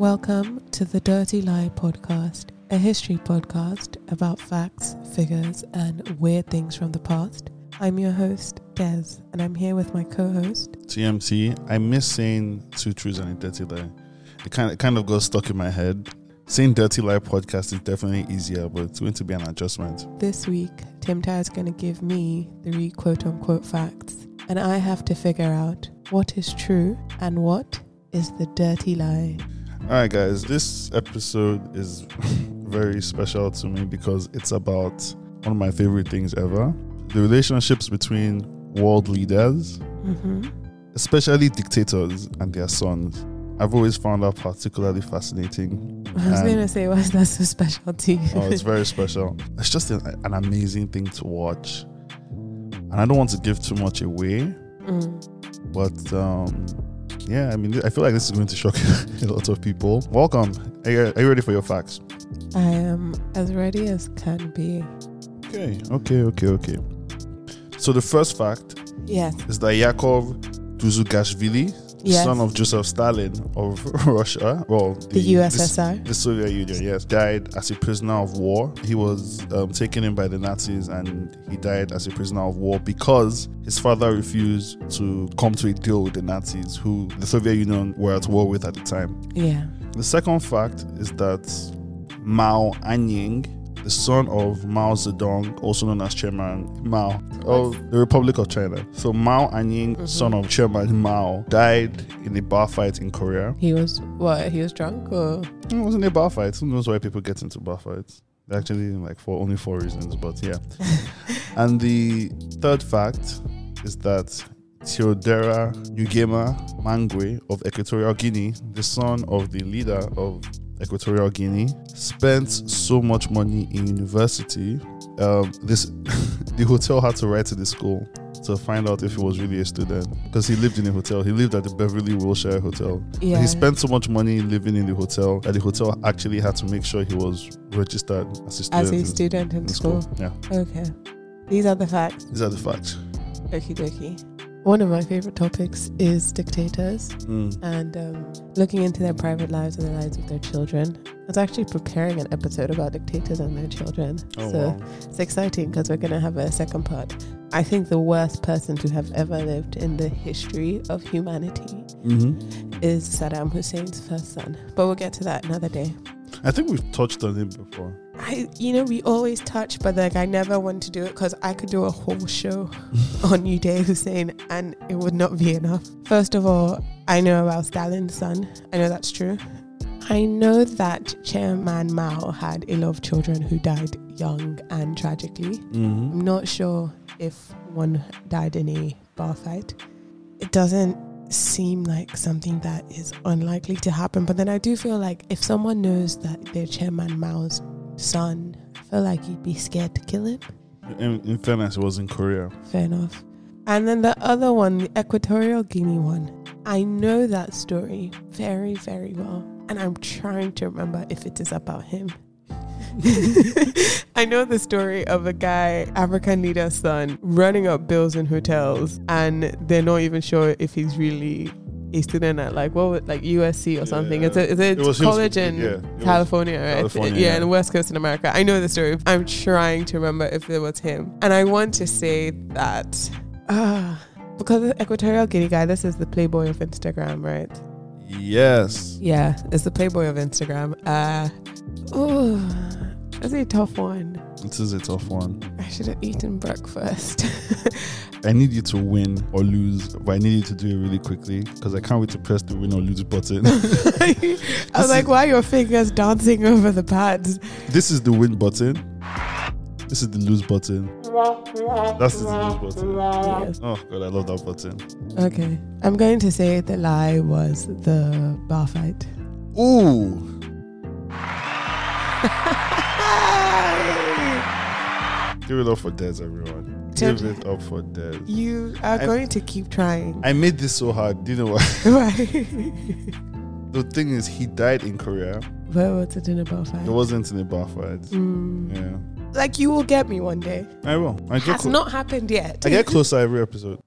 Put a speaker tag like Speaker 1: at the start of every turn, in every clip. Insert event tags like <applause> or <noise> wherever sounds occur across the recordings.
Speaker 1: Welcome to the Dirty Lie Podcast, a history podcast about facts, figures, and weird things from the past. I'm your host, Des, and I'm here with my co host.
Speaker 2: TMT. I miss saying two truths and a dirty lie. It kind of, it kind of got stuck in my head. Saying dirty lie podcast is definitely easier, but it's going to be an adjustment.
Speaker 1: This week, Tim Tao is going to give me three quote unquote facts, and I have to figure out what is true and what is the dirty lie.
Speaker 2: All right, guys, this episode is <laughs> very special to me because it's about one of my favorite things ever the relationships between world leaders,
Speaker 1: Mm-hmm.
Speaker 2: especially dictators and their sons. I've always found that particularly fascinating.
Speaker 1: I was
Speaker 2: Um,
Speaker 1: going to say, why is that so special to you? <laughs>
Speaker 2: Oh, it's very special. It's just an, an amazing thing to watch. And I don't want to give too much away,
Speaker 1: Mm.
Speaker 2: but um, yeah, I mean, I feel like this is going to shock <laughs> a lot of people. Welcome. Are you, are you ready for your facts?
Speaker 1: I am as ready as can be.
Speaker 2: Okay, okay, okay, okay. So the first fact
Speaker 1: Yes.
Speaker 2: is that Yakov Duzugashvili,
Speaker 1: Yes.
Speaker 2: son of Joseph Stalin of <laughs> Russia, well,
Speaker 1: the USSR.
Speaker 2: The Soviet Union, yes, died as a prisoner of war. He was um, taken in by the Nazis and he died as a prisoner of war because his father refused to come to a deal with the Nazis, who the Soviet Union were at war with at the time.
Speaker 1: yeah.
Speaker 2: The second fact is that Mao Anying, the son of Mao Zedong, also known as Chairman Mao of the Republic of China. So Mao Anying,
Speaker 1: Mhm.
Speaker 2: son of Chairman Mao, died in a bar fight in Korea.
Speaker 1: He was what? He was drunk or
Speaker 2: It wasn't a bar fight. Who knows why people get into bar fights? They're Actually, like for only four reasons, but yeah. and the third fact is that Theodora Nugema Mangwe of Equatorial Guinea, the son of the leader of Equatorial Guinea, spent so much money in university. Um, this <laughs> the hotel had to write to the school to find out if he was really a student because he lived in a hotel. He lived at the Beverly Wilshire Hotel.
Speaker 1: yeah.
Speaker 2: He spent so much money living in the hotel that the hotel actually had to make sure he was registered as a student.
Speaker 1: as a
Speaker 2: in-
Speaker 1: student in
Speaker 2: in
Speaker 1: school.
Speaker 2: Yeah,
Speaker 1: Okay. These are the facts.
Speaker 2: these are the facts.
Speaker 1: Okie dokie. One of my favorite topics is dictators
Speaker 2: Mm.
Speaker 1: and um, looking into their private lives and the lives of their children. I was actually preparing an episode about dictators and their children.
Speaker 2: Oh,
Speaker 1: so
Speaker 2: wow.
Speaker 1: it's exciting because we're going to have a second part. I think the worst person to have ever lived in the history of humanity
Speaker 2: Mhm.
Speaker 1: is Saddam Hussein's first son. But we'll get to that another day.
Speaker 2: I think we've touched on it before.
Speaker 1: I, you know, we always touch, but like I never want to do it because I could do a whole show on Uday Hussein and it would not be enough. First of all, I know about Stalin's son. I know that's true. I know that Chairman Mao had a lot of children who died young and tragically.
Speaker 2: Mm-hmm.
Speaker 1: I'm not sure if one died in a bar fight. It doesn't seem like something that is unlikely to happen, but then I do feel like if someone knows that they're Chairman Mao's son, I feel like you'd be scared to kill him.
Speaker 2: In, in fairness, it was in Korea.
Speaker 1: Fair enough. And then the other one, the Equatorial Guinea one. I know that story very, very well. And I'm trying to remember if it is about him. <laughs> I know the story of a guy, African leader's son, running up bills in hotels, and they're not even sure if he's really a student at like what, would- like USC or something.
Speaker 2: Yeah.
Speaker 1: It's a, it's a
Speaker 2: It was- it was-
Speaker 1: college in
Speaker 2: yeah, it was
Speaker 1: California, right?
Speaker 2: California,
Speaker 1: yeah,
Speaker 2: yeah.
Speaker 1: in the West Coast in America. I know the story. I'm trying to remember if it was him, and I want to say that ah, because the Equatorial Guinea guy, this is the Playboy of Instagram, right?
Speaker 2: Yes.
Speaker 1: Yeah, it's the Playboy of Instagram. Uh, oh, that's a tough one.
Speaker 2: This is a tough one.
Speaker 1: I should have eaten breakfast. <laughs>
Speaker 2: I need you to win or lose, but I need you to do it really quickly because I can't wait to press the win or
Speaker 1: <laughs>
Speaker 2: lose button.
Speaker 1: I was like, why are your fingers dancing over the pads?
Speaker 2: this is the win button. This is the lose button. That's the lose button.
Speaker 1: Yes.
Speaker 2: Oh, God, I love that button.
Speaker 1: Okay. I'm going to say the lie was the bar fight.
Speaker 2: Ooh. Give it up for Dez, everyone. Give
Speaker 1: Totally.
Speaker 2: it up for Dez.
Speaker 1: you are
Speaker 2: I-
Speaker 1: going to keep trying. <laughs>
Speaker 2: I made this so hard. Do you know what? <laughs>
Speaker 1: Why?
Speaker 2: The thing is, he died in Korea.
Speaker 1: Where was it in a bar fight?
Speaker 2: It wasn't in a bar fight.
Speaker 1: Mm.
Speaker 2: Yeah.
Speaker 1: Like you will get me one day.
Speaker 2: I will. I get,
Speaker 1: Has
Speaker 2: clo-
Speaker 1: not happened yet. <laughs>
Speaker 2: I get closer every episode.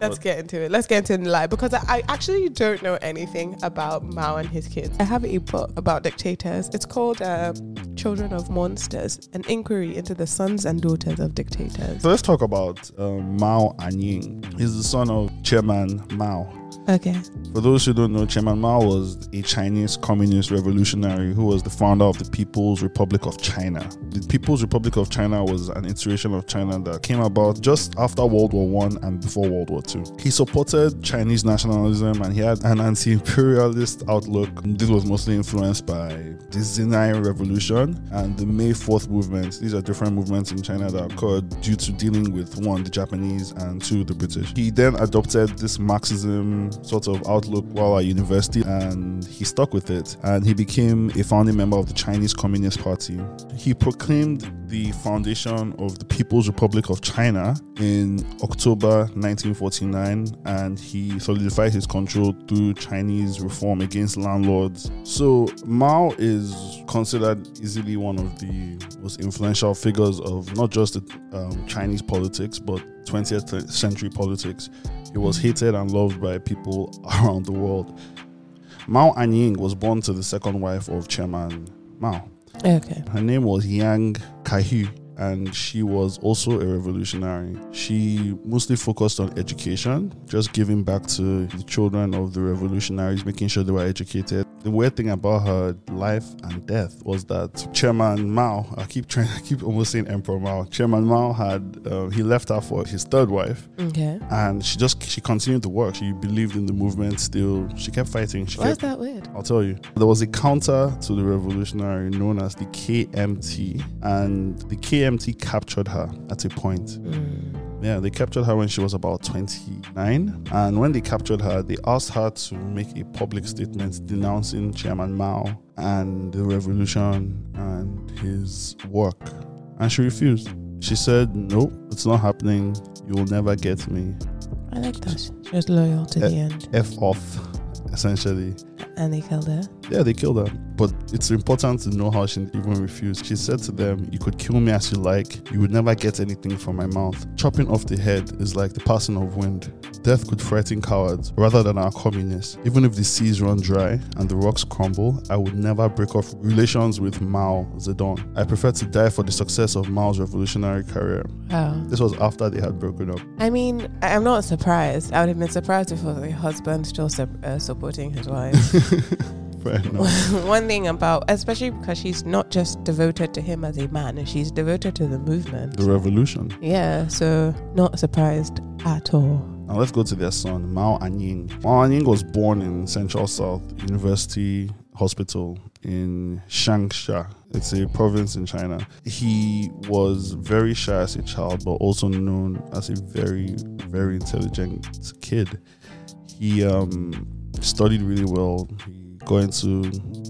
Speaker 1: Let's get into it. Let's get into the lie because I, I actually don't know anything about Mao and his kids. I have a book about dictators. It's called uh, Children of Monsters An Inquiry into the Sons and Daughters of Dictators.
Speaker 2: So let's talk about um, Mao Anying. He's the son of Chairman Mao.
Speaker 1: Okay.
Speaker 2: For those who don't know, Chairman Mao was a Chinese communist revolutionary who was the founder of the People's Republic of China. The People's Republic of China was an iteration of China that came about just after World War One and before World War Two. He supported Chinese nationalism and he had an anti-imperialist outlook. This was mostly influenced by the Xinai Revolution and the May Fourth movement. These are different movements in China that occurred due to dealing with one the Japanese and two the British. He then adopted this Marxism sort of outlook while at university and he stuck with it and he became a founding member of the Chinese Communist Party. He proclaimed the foundation of the People's Republic of China in October 1949 and he solidified his control through Chinese reform against landlords. So Mao is considered easily one of the most influential figures of not just um, Chinese politics but 20th century politics. He was hated and loved by people <laughs> around the world. Mao Anying was born to the second wife of Chairman Mao.
Speaker 1: Okay.
Speaker 2: Her name was Yang Kahu, and she was also a revolutionary. She mostly focused on education, just giving back to the children of the revolutionaries, making sure they were educated. The weird thing about her life and death was that Chairman Mao, I keep trying, I keep almost saying Emperor Mao. Chairman Mao had uh, he left her for his third wife,
Speaker 1: Okay.
Speaker 2: and she just she continued to work. She believed in the movement still. She kept fighting. She
Speaker 1: Why is
Speaker 2: kept,
Speaker 1: that weird?
Speaker 2: I'll tell you. There was a counter to the revolutionary known as the KMT, and the KMT captured her at a point.
Speaker 1: Mm.
Speaker 2: Yeah, they captured her when she was about 29. And when they captured her, they asked her to make a public statement denouncing Chairman Mao and the revolution and his work. And she refused. She said, Nope, it's not happening. You will never get me.
Speaker 1: I like that. She was loyal to
Speaker 2: Eh.
Speaker 1: the end,
Speaker 2: F off, essentially.
Speaker 1: and they killed her.
Speaker 2: Yeah, they killed her. But it's important to know how she even refused. She said to them, You could kill me as you like, you would never get anything from my mouth. Chopping off the head is like the passing of wind. Death could frighten cowards rather than our communists. Even if the seas run dry and the rocks crumble, I would never break off relations with Mao Zedong. I prefer to die for the success of Mao's revolutionary career.
Speaker 1: Wow.
Speaker 2: This was after they had broken up.
Speaker 1: I mean, I- I'm not surprised. I would have been surprised if it was a husband still sup- uh, supporting his wife.
Speaker 2: <laughs> Fair
Speaker 1: <laughs>
Speaker 2: enough.
Speaker 1: One thing about, especially because she's not just devoted to him as a man, she's devoted to the movement.
Speaker 2: The revolution.
Speaker 1: Yeah, so not surprised at all.
Speaker 2: Now let's go to their son, Mao Anying. Mao Anying was born in Central South University Hospital in Changsha. It's a province in China. He was very shy as a child, but also known as a very, very intelligent kid. He um, studied really well. He got into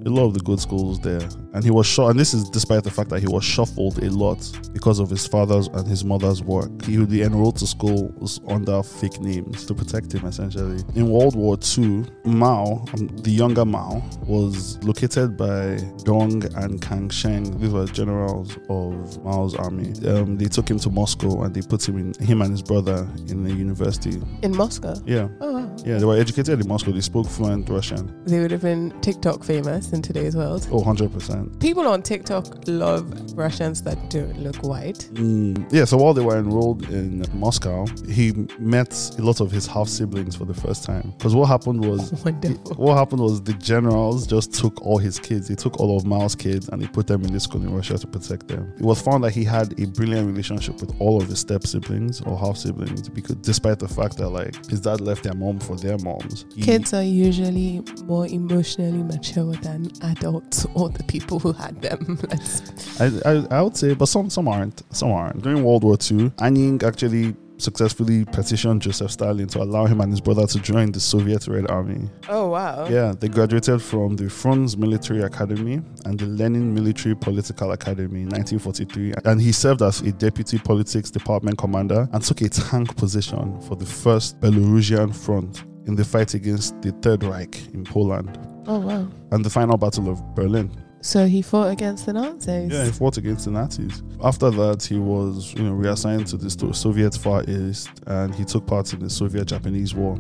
Speaker 2: a lot of the good schools there, and he was shot. And this is despite the fact that he was shuffled a lot because of his father's and his mother's work. He would be enrolled to schools under fake names to protect him, essentially. In World War II, Mao, um, the younger Mao, was located by Dong and Kang Sheng. These were generals of Mao's army. Um, they took him to Moscow and they put him in him and his brother in a university.
Speaker 1: In Moscow.
Speaker 2: Yeah.
Speaker 1: Oh, wow.
Speaker 2: Yeah, they were educated in Moscow. They spoke fluent Russian.
Speaker 1: They would have been TikTok famous in today's world.
Speaker 2: Oh, 100%.
Speaker 1: People on TikTok love Russians that don't look white. <laughs>
Speaker 2: Mm, yeah, so while they were enrolled in Moscow, he met a lot of his half siblings for the first time. Because what happened
Speaker 1: <laughs>
Speaker 2: was
Speaker 1: Wonderful.
Speaker 2: what happened was the generals just took all his kids. They took all of Mao's kids and they put them in this school in Russia to protect them. It was found that he had a brilliant relationship with all of his step siblings or half siblings because despite the fact that like his dad left their mom for their moms. he-
Speaker 1: Kids are usually more emotionally mature than adults or the people who had them. <laughs> Let's-
Speaker 2: I, I, I would say, but some some aren't. Some aren't. During World War II, Anying actually successfully petitioned Joseph Stalin to allow him and his brother to join the Soviet Red Army.
Speaker 1: oh, wow.
Speaker 2: Yeah, they graduated from the Frunz Military Academy and the Lenin Military Political Academy in 1943. And he served as a deputy politics department commander and took a tank position for the 1st Belarusian Front in the fight against the Third Reich in Poland
Speaker 1: Oh, wow.
Speaker 2: and the final Battle of Berlin.
Speaker 1: So he fought against the Nazis.
Speaker 2: Yeah, he fought against the Nazis. After that, he was you know reassigned to the Sto- Soviet Far East, and he took part in the Soviet-Japanese War.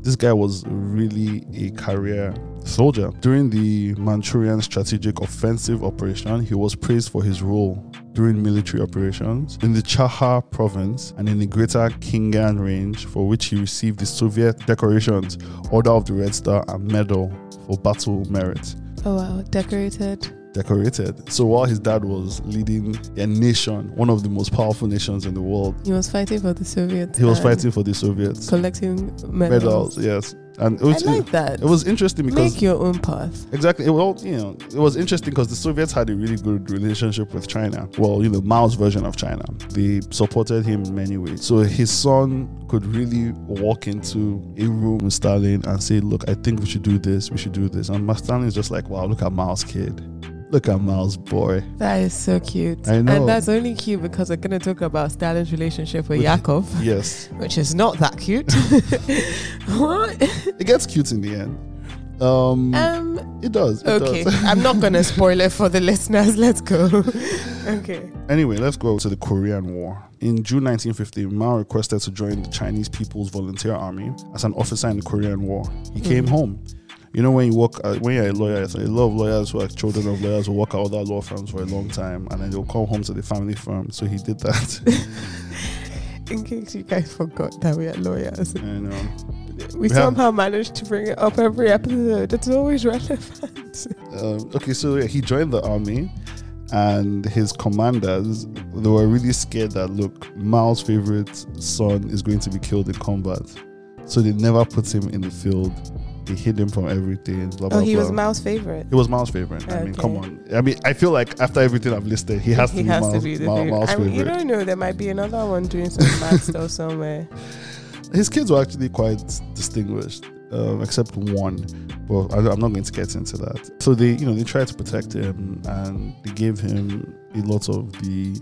Speaker 2: This guy was really a career soldier. During the Manchurian Strategic Offensive Operation, he was praised for his role during military operations in the Chaha province and in the Greater Kingan Range, for which he received the Soviet decorations, Order of the Red Star, and Medal for battle merit
Speaker 1: Oh wow, decorated.
Speaker 2: decorated. So while his dad was leading a nation, one of the most powerful nations in the world,
Speaker 1: He was fighting for the Soviets.
Speaker 2: he was
Speaker 1: and
Speaker 2: fighting for the Soviets.
Speaker 1: collecting medals.
Speaker 2: Medals, yes, and it was,
Speaker 1: I like that.
Speaker 2: it was interesting because
Speaker 1: Make your own path.
Speaker 2: exactly it, well, you know, it was interesting because the Soviets had a really good relationship with China. Well, you know, Mao's version of China. They supported him in many ways. So his son could really walk into a room with Stalin and say, "Look, I think we should do this. We should do this." And Stalin's just like, "Wow, look at Mao's kid. Look at Mao's boy."
Speaker 1: That is so cute.
Speaker 2: I know.
Speaker 1: And that's only cute because we're going to talk about Stalin's relationship with
Speaker 2: With-
Speaker 1: Yakov,
Speaker 2: Yes.
Speaker 1: which is not that cute. <laughs> what?
Speaker 2: It gets cute in the end. Um,
Speaker 1: Um,
Speaker 2: it does. It
Speaker 1: okay.
Speaker 2: Does.
Speaker 1: I'm not going to spoil it for the listeners. Let's go. <laughs> okay.
Speaker 2: <laughs> anyway, let's go to the Korean War. In June 1950, Mao requested to join the Chinese People's Volunteer Army as an officer in the Korean War. He came home. You know, when you work, uh, when you're a lawyer, so a lot of lawyers who are children of lawyers will work at other law firms for a long time and then they'll come home to the family firm. So he did that. <laughs>
Speaker 1: In case you guys forgot that we are lawyers,
Speaker 2: you know.
Speaker 1: we
Speaker 2: We have-
Speaker 1: somehow managed to bring it up every episode. It's always
Speaker 2: <laughs>
Speaker 1: relevant.
Speaker 2: Um, okay, so yeah, he joined the army, and his commanders they were really scared that look, Mao's favorite son is going to be killed in combat, so they never put him in the field. They hid him from everything. Blah, blah,
Speaker 1: Oh, he
Speaker 2: blah.
Speaker 1: was Mao's favorite.
Speaker 2: He was Mao's favorite. I mean,
Speaker 1: Okay.
Speaker 2: come on. I mean, I feel like after everything I've listed, he has to
Speaker 1: he
Speaker 2: be
Speaker 1: has
Speaker 2: Mao's,
Speaker 1: to be the
Speaker 2: Mao-
Speaker 1: favorite.
Speaker 2: Mao's
Speaker 1: I mean, you
Speaker 2: favorite.
Speaker 1: don't know. There might be another one doing some mad stuff somewhere. <laughs>
Speaker 2: His kids were actually quite distinguished, um, except one. Well, I, I'm not going to get into that. So they, you know, they tried to protect him, and they gave him a lot of the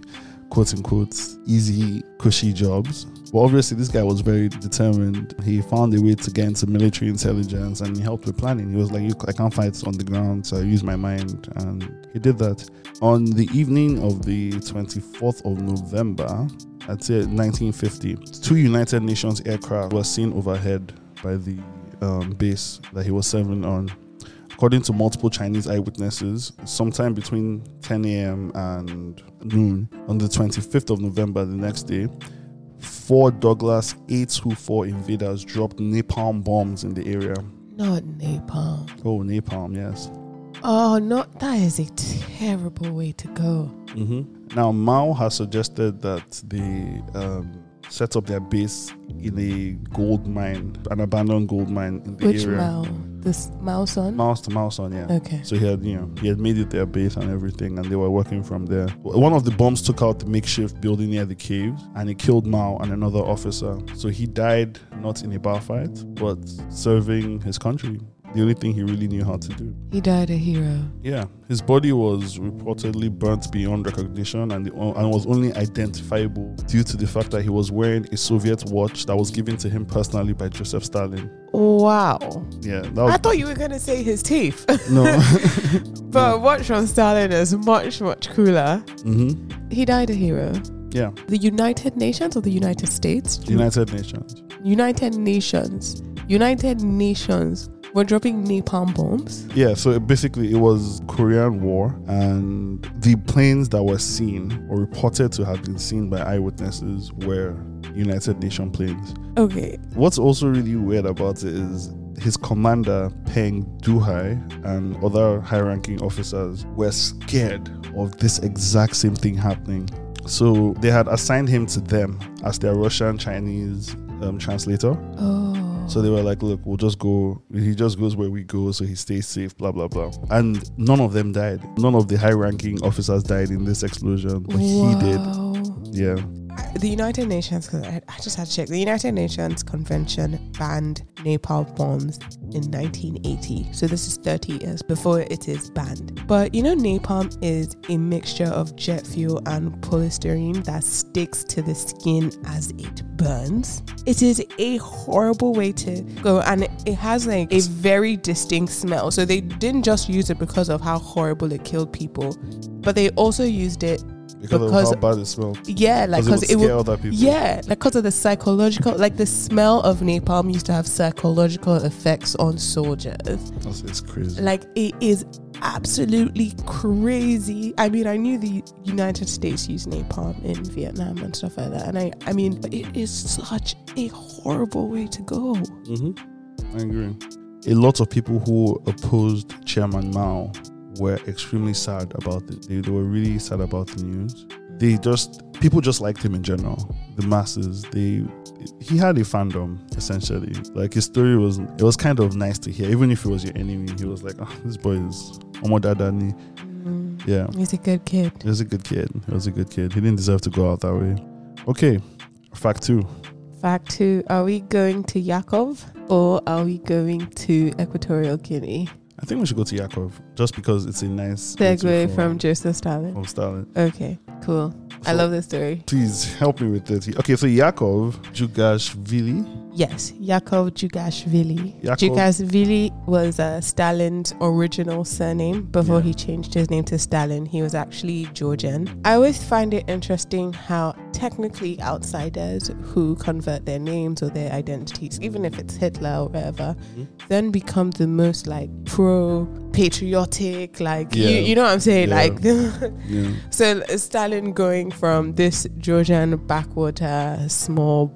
Speaker 2: quote unquote easy, cushy jobs. But obviously, this guy was very determined. He found a way to get into military intelligence, and he helped with planning. He was like, "You- "I can't fight on the ground, so I use my mind," and he did that. On the evening of the 24th of November, I'd say 1950, two United Nations aircraft were seen overhead by the um, base that he was serving on. According to multiple Chinese eyewitnesses, sometime between 10 a.m. and noon on the 25th of November, the next day, four Douglas A24 invaders dropped napalm bombs in the area.
Speaker 1: Not napalm.
Speaker 2: Oh, napalm, yes.
Speaker 1: Oh, not that is a terrible way to go.
Speaker 2: Mm-hmm. Now, Mao has suggested that they um, set up their base in a gold mine, an abandoned gold mine in the
Speaker 1: Which
Speaker 2: area.
Speaker 1: Mao? This Mao son?
Speaker 2: Mouse to mouse on, yeah.
Speaker 1: Okay.
Speaker 2: So he had, you know, he had made it their base and everything, and they were working from there. One of the bombs took out the makeshift building near the caves, and it killed Mao and another officer. So he died not in a bar fight, but serving his country. The only thing he really knew how to do.
Speaker 1: He died a hero.
Speaker 2: Yeah, his body was reportedly burnt beyond recognition and, the, and was only identifiable due to the fact that he was wearing a Soviet watch that was given to him personally by Joseph Stalin.
Speaker 1: Wow.
Speaker 2: Yeah, that
Speaker 1: <laughs>
Speaker 2: was
Speaker 1: I thought you were going to say his teeth.
Speaker 2: no.
Speaker 1: but Watch on Stalin is much, much cooler.
Speaker 2: hmm
Speaker 1: He died a hero.
Speaker 2: Yeah,
Speaker 1: The United Nations or the United States?
Speaker 2: United Nations.
Speaker 1: United Nations. United Nations were dropping napalm bombs.
Speaker 2: Yeah, so basically it was Korean War and the planes that were seen or reported to have been seen by eyewitnesses were United Nations planes.
Speaker 1: Okay.
Speaker 2: What's also really weird about it is his commander, Peng Duhai, and other high ranking officers were scared of this exact same thing happening. So they had assigned him to them as their Russian Chinese um, translator.
Speaker 1: Oh.
Speaker 2: So they were like, look, we'll just go. He just goes where we go, so he stays safe, blah, blah, blah. And none of them died. None of the high ranking officers died in this explosion, but he did.
Speaker 1: Wow.
Speaker 2: Yeah.
Speaker 1: the United Nations, because I, I just had to check, the United Nations Convention banned napalm bombs in 1980. So this is 30 years before it is banned. But you know, napalm is a mixture of jet fuel and polystyrene that sticks to the skin as it burns. It is a horrible way to go, and it has like a very distinct smell. So they didn't just use it because of how horrible it killed people, but they also used it
Speaker 2: because,
Speaker 1: Because-
Speaker 2: of how bad it smelled.
Speaker 1: yeah, like because it
Speaker 2: would
Speaker 1: would,
Speaker 2: scare other people.
Speaker 1: yeah, like because of the psychological, like the smell of napalm used to have psychological effects on soldiers.
Speaker 2: That's, it's crazy.
Speaker 1: Like it is absolutely crazy. I mean, I knew the United States used napalm in Vietnam and stuff like that, and I, I mean, it is such a horrible way to go.
Speaker 2: Mm-hmm. I agree. A lot of people who opposed Chairman Mao were extremely sad about it. They, they were really sad about the news. They just people just liked him in general. The masses. They he had a fandom essentially. Like his story was it was kind of nice to hear, even if he was your enemy. He was like, oh, this boy is Omodadani. Yeah,
Speaker 1: He's a good kid.
Speaker 2: he was a good kid. He was a good kid. He didn't deserve to go out that way. Okay, fact two.
Speaker 1: Fact two: Are we going to Yakov or are we going to Equatorial Guinea?
Speaker 2: I think we should go to Yakov just because it's a nice
Speaker 1: Segue
Speaker 2: from-
Speaker 1: from Joseph Stalin.
Speaker 2: from Stalin.
Speaker 1: Okay, cool. I
Speaker 2: So-
Speaker 1: love this story.
Speaker 2: Please help me with it. Okay, so Yakov Jugashvili.
Speaker 1: Yes, Yakov Jugashvili.
Speaker 2: Yakov-
Speaker 1: Jugashvili was uh, Stalin's original surname before
Speaker 2: Yeah.
Speaker 1: he changed his name to Stalin. He was actually Georgian. I always find it interesting how technically outsiders who convert their names or their identities, even if it's Hitler or whatever,
Speaker 2: Mm-hmm.
Speaker 1: then become the most like pro patriotic, like
Speaker 2: Yeah.
Speaker 1: you, you know what I'm saying?
Speaker 2: Yeah.
Speaker 1: Like <laughs>
Speaker 2: Yeah.
Speaker 1: So Stalin going from this Georgian backwater small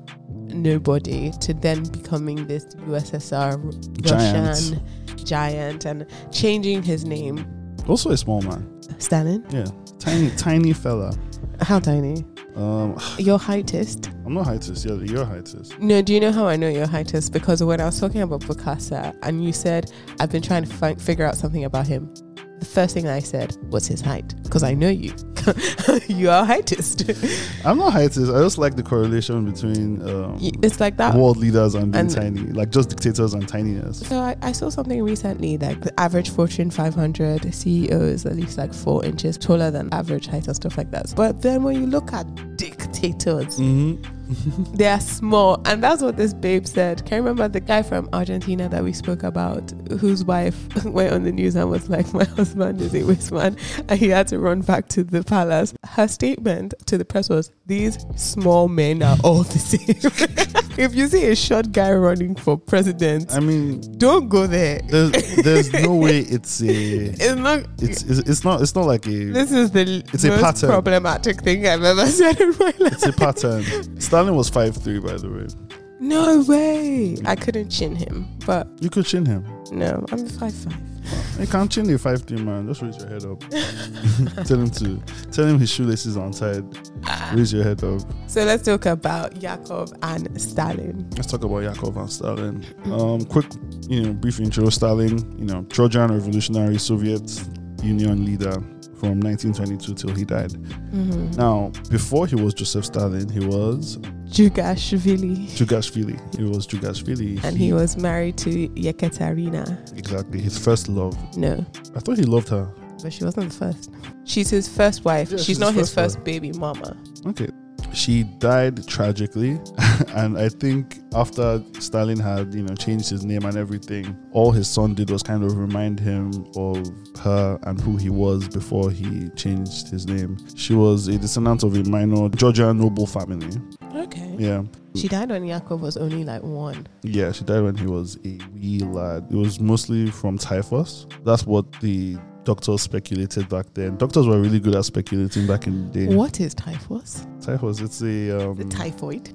Speaker 1: nobody to then becoming this USSR
Speaker 2: Giant.
Speaker 1: Russian giant and changing his name.
Speaker 2: Also a small man.
Speaker 1: Stalin?
Speaker 2: Yeah. Tiny, tiny fella.
Speaker 1: How tiny?
Speaker 2: Um,
Speaker 1: Your heightist?
Speaker 2: I'm not heightist. Yeah, you're heightist.
Speaker 1: No, do you know how I know your heightist? Because when I was talking about Picasso and you said, I've been trying to fi- figure out something about him. The first thing I said was his height, because I know you. <laughs> you are heightist.
Speaker 2: I'm not heightist. I just like the correlation between um,
Speaker 1: it's like that.
Speaker 2: world leaders and being
Speaker 1: uh, And-
Speaker 2: tiny, like just dictators and tininess.
Speaker 1: So I, I saw something recently like the average Fortune 500 CEO E is at least like four inches taller than average height and stuff like that. But then when you look at dictators,
Speaker 2: Mm-hmm.
Speaker 1: they are small, and that's what this babe said. Can you remember the guy from Argentina that we spoke about, whose wife <laughs> went on the news and was like, "My <laughs> husband is a waste man," and he had to run back to the palace. Her statement to the press was, "These small men are all the same." <laughs> if you see a short guy running for president,
Speaker 2: I mean,
Speaker 1: don't go there.
Speaker 2: there's,
Speaker 1: <laughs>
Speaker 2: there's no way it's a.
Speaker 1: It's not.
Speaker 2: It's, it's it's not it's not like a
Speaker 1: this is the
Speaker 2: It's a
Speaker 1: most
Speaker 2: pattern.
Speaker 1: problematic thing I've ever said in my life.
Speaker 2: it's a pattern. Stalin was five three, by the way.
Speaker 1: No way. I couldn't chin him, but
Speaker 2: You could chin him.
Speaker 1: no, I'm five five.
Speaker 2: You can't chin a five three man. Just raise your head up. <laughs> tell him to tell him his shoelaces are untied. Raise your head up.
Speaker 1: So let's talk about Yakov and Stalin.
Speaker 2: Let's talk about Yakov and Stalin. Um, quick, you know, brief intro. Stalin, you know, Georgian revolutionary Soviet Union leader from 1922 till he died.
Speaker 1: Mm-hmm.
Speaker 2: Now, before he was Joseph Stalin, he was
Speaker 1: Jugashvili,
Speaker 2: Jugashvili. He was Jugashvili.
Speaker 1: and he was married to Yekaterina.
Speaker 2: exactly his first love.
Speaker 1: No,
Speaker 2: I thought he loved her.
Speaker 1: but she wasn't the first. She's his first wife.
Speaker 2: Yeah,
Speaker 1: she's,
Speaker 2: she's
Speaker 1: not
Speaker 2: his
Speaker 1: his
Speaker 2: first
Speaker 1: first baby mama.
Speaker 2: Okay. She died tragically, <laughs> and I think after Stalin had, you know, changed his name and everything, all his son did was kind of remind him of her and who he was before he changed his name. She was a descendant of a minor Georgian noble family.
Speaker 1: Okay.
Speaker 2: Yeah,
Speaker 1: She died when Yakov was only like one.
Speaker 2: yeah. She died when he was a wee lad. It was mostly from typhus. That's what the doctors speculated back then. Doctors were really good at speculating back in the day.
Speaker 1: What is typhus?
Speaker 2: Typhus. It's a um,
Speaker 1: The typhoid.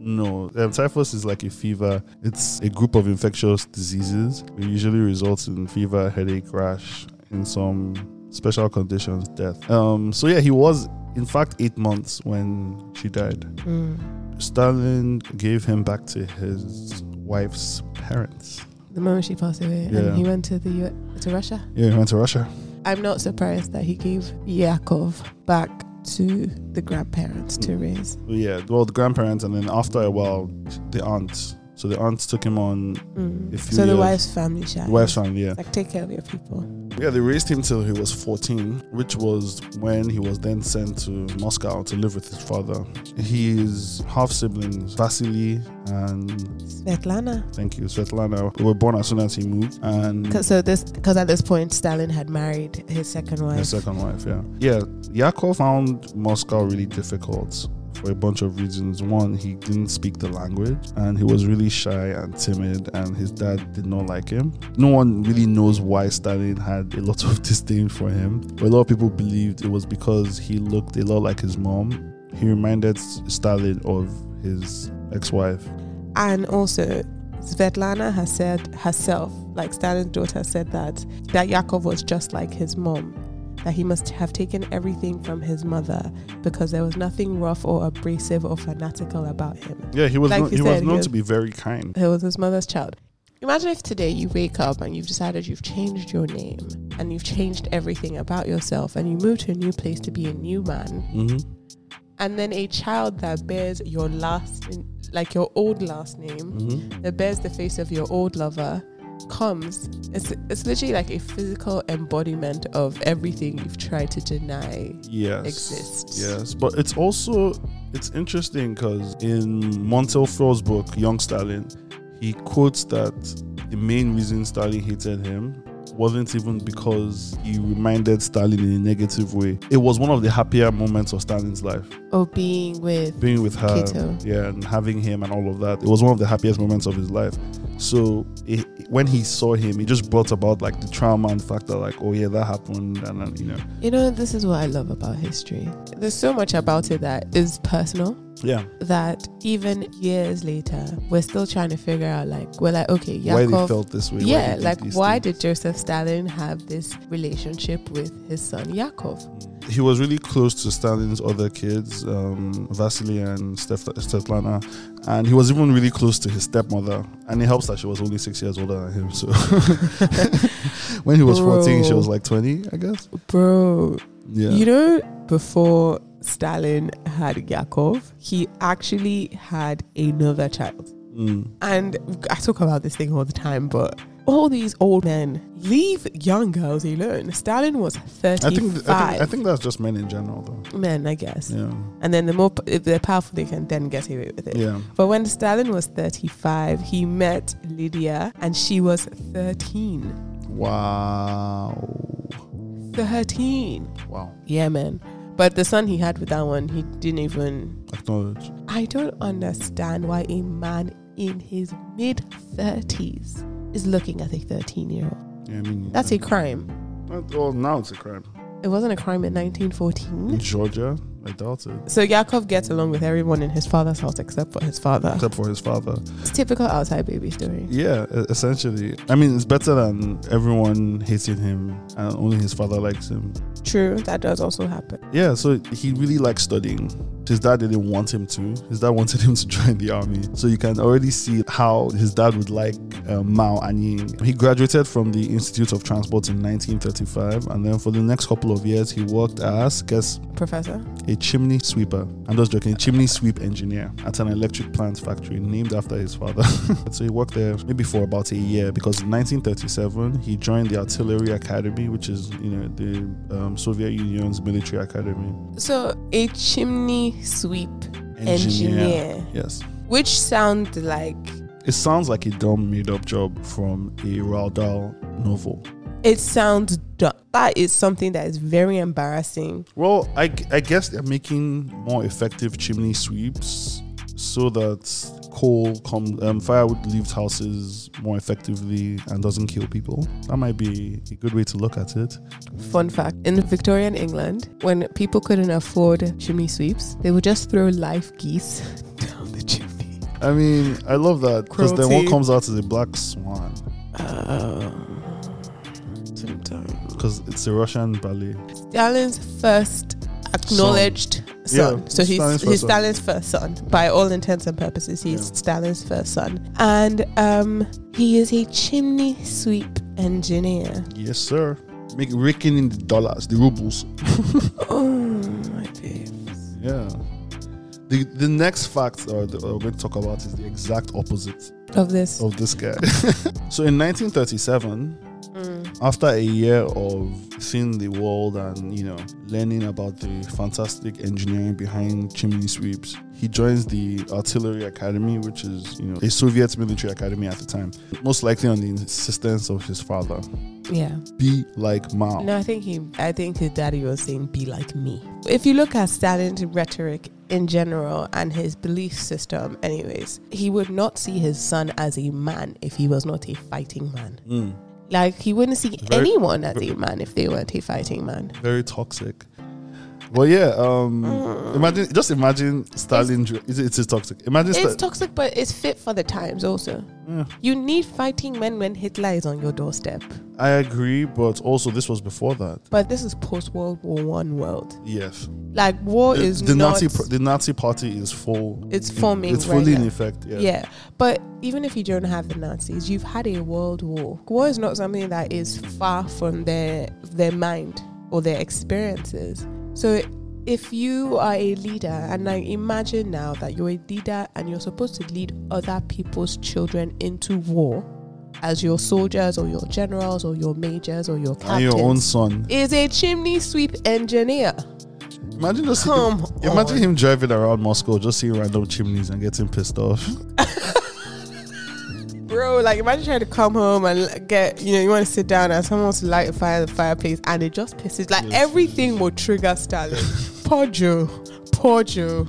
Speaker 2: No, um, typhus is like a fever. It's a group of infectious diseases. It usually results in fever, headache, rash, in some special conditions, death. Um, so yeah, he was in fact eight months when she died.
Speaker 1: Mm.
Speaker 2: Stalin gave him back to his wife's parents.
Speaker 1: The moment she passed away,
Speaker 2: Yeah.
Speaker 1: and he went to the U- to Russia.
Speaker 2: Yeah, he went to Russia.
Speaker 1: I'm not surprised that he gave Yakov back to the grandparents to raise.
Speaker 2: Yeah, well, the grandparents, and then after a while, the aunt. So the aunt took him on
Speaker 1: Mm.
Speaker 2: A few
Speaker 1: So the
Speaker 2: years.
Speaker 1: wife's family shall.
Speaker 2: West End, yeah.
Speaker 1: Like take care of your people.
Speaker 2: Yeah, they raised him till he was 14, which was when he was then sent to Moscow to live with his father. His half siblings, Vasily and
Speaker 1: Svetlana.
Speaker 2: thank you, Svetlana, were born as soon as he moved. And
Speaker 1: 'Cause- So this because at this point Stalin had married his second wife.
Speaker 2: His second wife, yeah. Yeah, Yakov found Moscow really difficult for a bunch of reasons. One, he didn't speak the language and he was really shy and timid, and his dad did not like him. No one really knows why Stalin had a lot of <laughs> disdain for him, but a lot of people believed it was because he looked a lot like his mom. He reminded Stalin of his ex wife.
Speaker 1: and also Svetlana has said herself, like Stalin's daughter said that that Yakov was just like his mom, that he must have taken everything from his mother because there was nothing rough or abrasive or fanatical about him.
Speaker 2: Yeah, he was,
Speaker 1: Like
Speaker 2: known-
Speaker 1: you
Speaker 2: he was
Speaker 1: said,
Speaker 2: known
Speaker 1: yes.
Speaker 2: to be very kind.
Speaker 1: He was his mother's child. Imagine if today you wake up and you've decided you've changed your name and you've changed everything about yourself and you move to a new place to be a new man
Speaker 2: hmm
Speaker 1: and then a child that bears your last like your old last name
Speaker 2: hmm
Speaker 1: that bears the face of your old lover comes it's it's literally like a physical embodiment of everything you've tried to deny
Speaker 2: yes
Speaker 1: exists.
Speaker 2: yes but it's also it's interesting because in montelfior's book young stalin he quotes that the main reason stalin hated him wasn't even because he reminded stalin in a negative way it was one of the happier moments of stalin's life
Speaker 1: or being with
Speaker 2: being with her
Speaker 1: Kato.
Speaker 2: yeah and having him and all of that it was one of the happiest moments of his life so it, when he saw him it just brought about like the trauma and fact that like oh yeah that happened and, and you know
Speaker 1: you know this is what i love about history there's so much about it that is personal
Speaker 2: yeah
Speaker 1: that even years later we're still trying to figure out like we're like okay
Speaker 2: why they
Speaker 1: yakov
Speaker 2: felt this way why
Speaker 1: yeah
Speaker 2: they did
Speaker 1: like
Speaker 2: these
Speaker 1: why
Speaker 2: things.
Speaker 1: did joseph stalin have this relationship with his son yakov
Speaker 2: He was really close to Stalin's other kids, um, Vasily and Steph- Svetlana, and he was even really close to his stepmother. And it helps that she was only six years older than him. So <laughs> when he was 14, she
Speaker 1: Bro.
Speaker 2: was like 20, I guess.
Speaker 1: bro
Speaker 2: Yeah.
Speaker 1: You know, before Stalin had Yakov, he actually had another child.
Speaker 2: Mm.
Speaker 1: And I talk about this thing all the time, but all these old men leave young girls alone. Stalin was
Speaker 2: I,
Speaker 1: 35.
Speaker 2: think, I, think, I think that's just men in general, though.
Speaker 1: men, I guess.
Speaker 2: Yeah.
Speaker 1: And then the more p- if they're powerful, they can then get away with it.
Speaker 2: Yeah.
Speaker 1: But when Stalin was 35, he met Lydia and she was 13.
Speaker 2: Wow.
Speaker 1: 13.
Speaker 2: Wow.
Speaker 1: Yeah, man. But the son he had with that one, he didn't even
Speaker 2: Acknowledge.
Speaker 1: I don't understand why a man in his mid 30s is looking at a 13 year old.
Speaker 2: Yeah, I mean,
Speaker 1: That's a crime.
Speaker 2: Uh, Well, now it's a crime.
Speaker 1: It wasn't a crime in
Speaker 2: In
Speaker 1: 1914.
Speaker 2: Georgia, I doubt it.
Speaker 1: So Yakov gets along with everyone in his father's house except for his father.
Speaker 2: Except for his father.
Speaker 1: It's typical outside baby story.
Speaker 2: Yeah, e- essentially. I mean, it's better than everyone hating him and only his father likes him.
Speaker 1: True, that does also happen.
Speaker 2: Yeah, so he really likes studying. His dad didn't want him to. His dad <laughs> wanted him to join the army. So you can already see how his dad would like uh, Mao Anying. He graduated from the Institute of Transport in 1935, and then for the next couple of years, he worked as, guess,
Speaker 1: Professor,
Speaker 2: a chimney sweeper. I'm just joking, a chimney sweep engineer at an electric plant factory named after his father. <laughs> so he worked there maybe for about a year because in 1937 he joined the Artillery Academy, which is you know the um, Soviet Union's military academy.
Speaker 1: so a chimney sweep engineer,
Speaker 2: Yes.
Speaker 1: which sounds like
Speaker 2: It sounds like a dumb made-up job from a Roald Dahl novel.
Speaker 1: it sounds dumb. That is something that is very embarrassing.
Speaker 2: Well, I, g- I guess they're making more effective chimney sweeps so that coal comes um, firewood leaves houses more effectively and doesn't kill people. That might be a good way to look at it.
Speaker 1: Fun fact in Victorian England, when people couldn't afford chimney sweeps, they would just throw live geese down the chimney.
Speaker 2: I mean, I love that because then what
Speaker 1: Cruelty.
Speaker 2: comes out is a black swan Uh, because it's a Russian ballet.
Speaker 1: Stalin's first acknowledged son.
Speaker 2: Yeah,
Speaker 1: so he's,
Speaker 2: Stalin's first
Speaker 1: he's
Speaker 2: son.
Speaker 1: Stalin's first son. By all intents and purposes, he's
Speaker 2: Yeah.
Speaker 1: Stalin's first son. And um, he is a chimney sweep engineer.
Speaker 2: Yes, sir. Make raking in the dollars, the rubles.
Speaker 1: Oh, my baby.
Speaker 2: Yeah. The, the next fact uh, that we're going to talk about is the exact opposite
Speaker 1: of this.
Speaker 2: of this guy. so in 1937,
Speaker 1: Mm.
Speaker 2: after a year of seeing the world and you know learning about the fantastic engineering behind chimney sweeps he joins the artillery academy which is you know a soviet military academy at the time most likely on the insistence of his father
Speaker 1: Yeah.
Speaker 2: be like mao
Speaker 1: No, I think he. I think his daddy was saying, "Be like me." If you look at Stalin's rhetoric in general and his belief system, anyways, he would not see his son as a man if he was not a fighting man.
Speaker 2: Mm,
Speaker 1: Like he wouldn't see
Speaker 2: Very-
Speaker 1: anyone as a man if they weren't a fighting man.
Speaker 2: very toxic well yeah um
Speaker 1: Mm.
Speaker 2: imagine just imagine stalin dr- it's, it's, toxic imagine
Speaker 1: It's
Speaker 2: Sta-
Speaker 1: toxic, but it's fit for the times. Also,
Speaker 2: Yeah.
Speaker 1: you need fighting men when Hitler is on your doorstep.
Speaker 2: i agree but also this was before that
Speaker 1: But this is post World War One world.
Speaker 2: yes
Speaker 1: Like war
Speaker 2: the,
Speaker 1: is
Speaker 2: the
Speaker 1: not.
Speaker 2: Nazi pr- the Nazi party is full.
Speaker 1: It's
Speaker 2: in-
Speaker 1: forming
Speaker 2: It's
Speaker 1: right
Speaker 2: fully in
Speaker 1: now.
Speaker 2: effect. Yeah.
Speaker 1: Yeah. But even if you don't have the Nazis, you've had a world war. War is not something that is far from their their mind or their experiences. So if you are a leader, and I imagine now that you're a leader and you're supposed to lead other people's children into war as your soldiers or your generals or your majors or your
Speaker 2: And
Speaker 1: captains,
Speaker 2: your own son.
Speaker 1: is a chimney sweep engineer.
Speaker 2: Imagine just
Speaker 1: Come
Speaker 2: imagine
Speaker 1: on.
Speaker 2: him driving around Moscow, just seeing random chimneys and getting pissed off.
Speaker 1: <laughs> Bro, like imagine trying to come home and like, get, you know, you want to sit down and someone wants to light a fire at the fireplace and it just pisses. Like
Speaker 2: Yes.
Speaker 1: everything will trigger Stalin. Poor Joe. Poor Joe.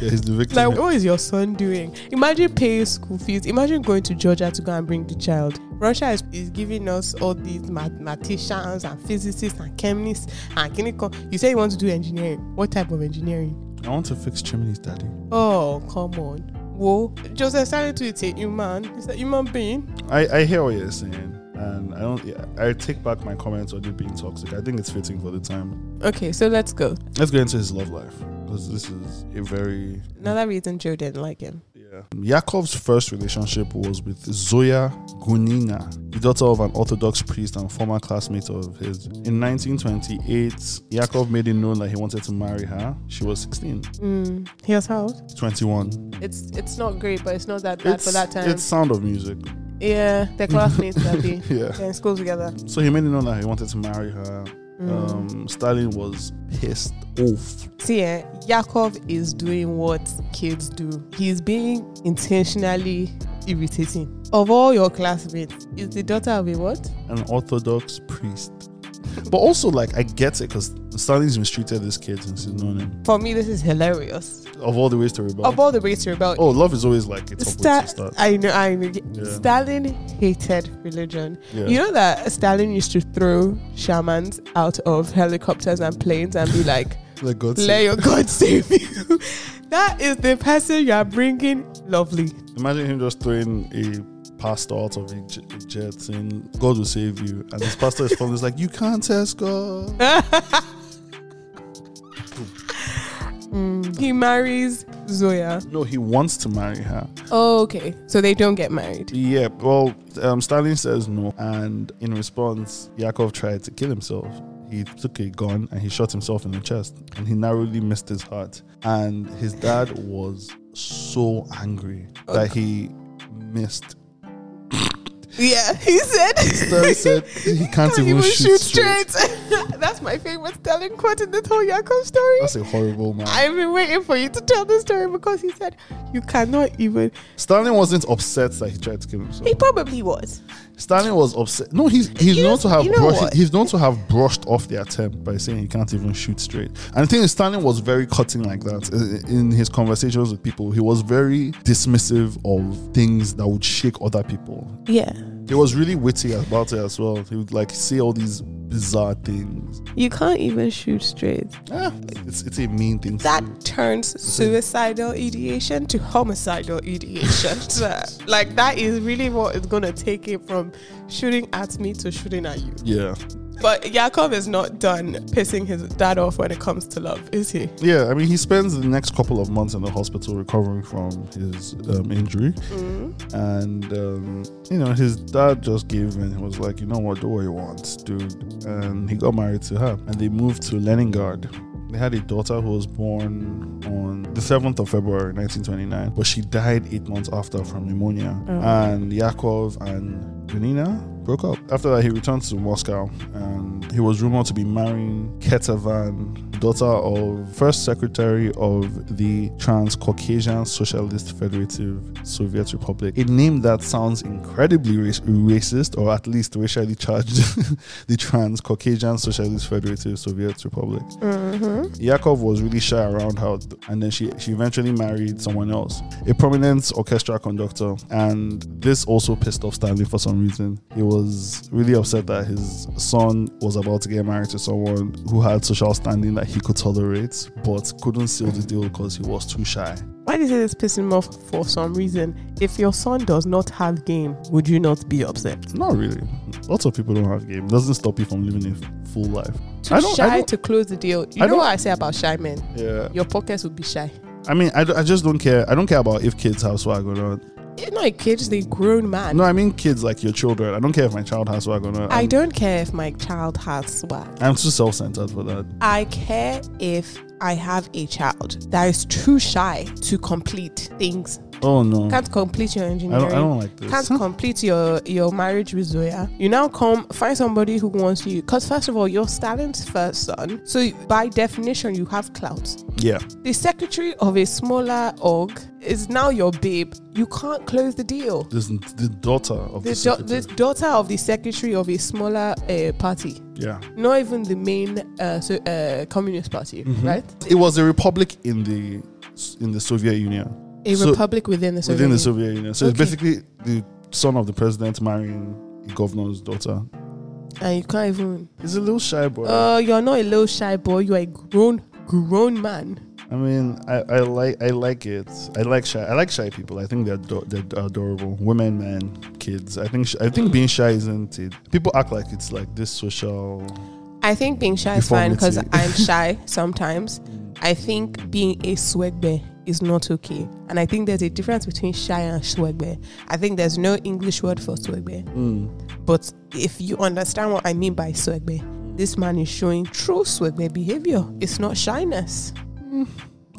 Speaker 2: Yeah, he's the victim.
Speaker 1: Like, what is your son doing? Imagine paying school fees. Imagine going to Georgia to go and bring the child. Russia is, is giving us all these mathematicians and physicists and chemists and clinical. You say you want to do engineering. What type of engineering?
Speaker 2: I want to fix chimneys, daddy.
Speaker 1: Oh, come on. Whoa. Joseph Stalin too, it's a human. It's a human being.
Speaker 2: I, I hear what you're saying, and I don't. Yeah, I take back my comments on it being toxic. I think it's fitting for the time.
Speaker 1: Okay, so let's go.
Speaker 2: Let's get into his love life because this is a very
Speaker 1: Another reason Joe didn't like him.
Speaker 2: Yeah. Yakov's first relationship was with Zoya Gunina, the daughter of an Orthodox priest and former classmate of his. In 1928, Yakov made it known that he wanted to marry her. She was 16,
Speaker 1: Mm, he was how old?
Speaker 2: 21.
Speaker 1: It's it's not great, but it's not that bad for that time.
Speaker 2: it's Sound of Music.
Speaker 1: Yeah, they're classmates that <laughs> be.
Speaker 2: <laughs> Yeah.
Speaker 1: They're in school together.
Speaker 2: So he made it known that he wanted to marry her.
Speaker 1: Mm.
Speaker 2: Um, Stalin was pissed off.
Speaker 1: See, eh, Yakov is doing what kids do. He's being intentionally irritating. Of all your classmates, is the daughter of a what?
Speaker 2: An Orthodox priest. But also, like, I get it because Stalin's mistreated this kid since he's known him.
Speaker 1: For me, this is hilarious.
Speaker 2: Of all the ways to rebel.
Speaker 1: Of all the ways to rebel,
Speaker 2: oh, love is always like a top way
Speaker 1: Sta-
Speaker 2: to start.
Speaker 1: I know, I know.
Speaker 2: Yeah.
Speaker 1: Stalin hated religion.
Speaker 2: Yeah.
Speaker 1: You know that Stalin used to throw shamans out of helicopters and planes and be
Speaker 2: <laughs>
Speaker 1: like,
Speaker 2: Like God
Speaker 1: let
Speaker 2: save.
Speaker 1: your God <laughs> save you. that is the person you are bringing. Lovely.
Speaker 2: Imagine him just throwing a pastor out of a j- a jet saying, God will save you. And this pastor is falling, he's like, You can't test God.
Speaker 1: Mm. He marries Zoya.
Speaker 2: No, he wants to marry her.
Speaker 1: Oh, okay. So they don't get married.
Speaker 2: Yeah, well, um, Stalin says no. And in response, Yakov tried to kill himself. He took a gun and he shot himself in the chest and he narrowly missed his heart. And his dad was so angry that he missed.
Speaker 1: Yeah, <laughs> he said.
Speaker 2: Stalin said he
Speaker 1: <laughs>
Speaker 2: can't
Speaker 1: Can't
Speaker 2: even, shoot, straight.
Speaker 1: <laughs> That's my favorite Stalin quote in this whole Yakov story.
Speaker 2: That's a horrible man.
Speaker 1: I've been waiting for you to tell this story because he said you cannot even.
Speaker 2: Stalin wasn't upset that he tried to kill himself.
Speaker 1: He probably was.
Speaker 2: Stalin was upset. No, he's he's
Speaker 1: You-
Speaker 2: known to have
Speaker 1: you know
Speaker 2: brushed,
Speaker 1: what?
Speaker 2: he's known to have brushed off the attempt by saying he can't even shoot straight. And the thing is, Stalin was very cutting like that uh, in his conversations with people. He was very dismissive of things that would shake other people.
Speaker 1: Yeah.
Speaker 2: He was really witty about it as well. He would like say all these bizarre things.
Speaker 1: You can't even shoot straight.
Speaker 2: Ah, it's it's a mean thing. to do.
Speaker 1: That turns suicidal ideation to homicidal <laughs> ideation. So, like, that is really what is going to take it from shooting at me to shooting at you.
Speaker 2: Yeah,
Speaker 1: But Yakov is not done pissing his dad off when it comes to love, is he?
Speaker 2: yeah. I mean, he spends the next couple of months in the hospital recovering from his um, injury.
Speaker 1: Mm-hmm.
Speaker 2: and um, you know his dad just gave in. He was like, you know what, do what you want, dude. And he got married to her, and they moved to Leningrad. They had a daughter who was born on the 7th of February 1929, but she died eight months after from pneumonia.
Speaker 1: Oh.
Speaker 2: And Yakov and Janina broke up. After that, he returned to Moscow and he was rumored to be marrying Ketavan, daughter of first secretary of the Transcaucasian Socialist Federative Soviet Republic. A name that sounds incredibly rac- racist or at least racially charged <laughs> the Transcaucasian Socialist Federative Soviet Republic.
Speaker 1: Mm-hmm.
Speaker 2: Yakov was really shy around her, and then she, she eventually married someone else, a prominent orchestra conductor. And this also pissed off Stanley for some reason. He was really upset that his son was about to get married to someone who had social standing that he could tolerate, but couldn't seal the deal because he was too shy.
Speaker 1: Why do you say this pissing him off for some reason? If your son does not have game, would you not be upset?
Speaker 2: Not really. Lots of people don't have game. Doesn't stop you from living a full life.
Speaker 1: Too
Speaker 2: I don't- I
Speaker 1: shy
Speaker 2: don't-
Speaker 1: to close the deal. You
Speaker 2: I
Speaker 1: know
Speaker 2: don't-
Speaker 1: what I say about shy men?
Speaker 2: Yeah.
Speaker 1: Your pockets would be shy.
Speaker 2: I mean, I, d- I just don't care. I don't care about if kids have swag or not.
Speaker 1: You're not a kid, just a grown man.
Speaker 2: No, I mean kids like your children. I don't care if my child has swag or not.
Speaker 1: I
Speaker 2: I'm-
Speaker 1: don't care if my child has swag.
Speaker 2: I'm too self centered for that.
Speaker 1: I care if I have a child that is too shy to complete things.
Speaker 2: Oh no.
Speaker 1: Can't complete your
Speaker 2: I
Speaker 1: engineering.
Speaker 2: don't, I don't like this. <laughs>
Speaker 1: can't complete your your marriage with Zoya. You now come find somebody who wants you. Because first of all, you're Stalin's first son, so by definition, you have clout.
Speaker 2: yeah.
Speaker 1: The secretary of a smaller org is now your babe. You can't close the deal.
Speaker 2: This the daughter of the,
Speaker 1: The, da- the
Speaker 2: secretary.
Speaker 1: daughter of the secretary of a smaller uh, party,
Speaker 2: Yeah.
Speaker 1: not even the main uh, so, uh, communist party,
Speaker 2: Mhm.
Speaker 1: right?
Speaker 2: It was a republic in the in the Soviet Union.
Speaker 1: A
Speaker 2: So-
Speaker 1: republic within the Soviet
Speaker 2: within
Speaker 1: Union.
Speaker 2: the Soviet Union. So it's
Speaker 1: Okay.
Speaker 2: basically the son of the president marrying a governor's daughter.
Speaker 1: and you can't even.
Speaker 2: He's a little shy boy.
Speaker 1: Uh, you're not a little shy boy. You're a grown, grown man.
Speaker 2: I mean, I, I like I like it. I like shy. I like shy people. I think they're ado- they're adorable. Women, men, kids. I think sh- I think being shy isn't it. People act like it's like this social.
Speaker 1: I think being shy is fine because
Speaker 2: Deformity.
Speaker 1: I'm shy sometimes. I think being a swagbear is not okay, and I think there's a difference between shy and swagbear. I think there's no English word for swagbear,
Speaker 2: Mm.
Speaker 1: but if you understand what I mean by swagbear, this man is showing true swagbear behavior. It's not shyness.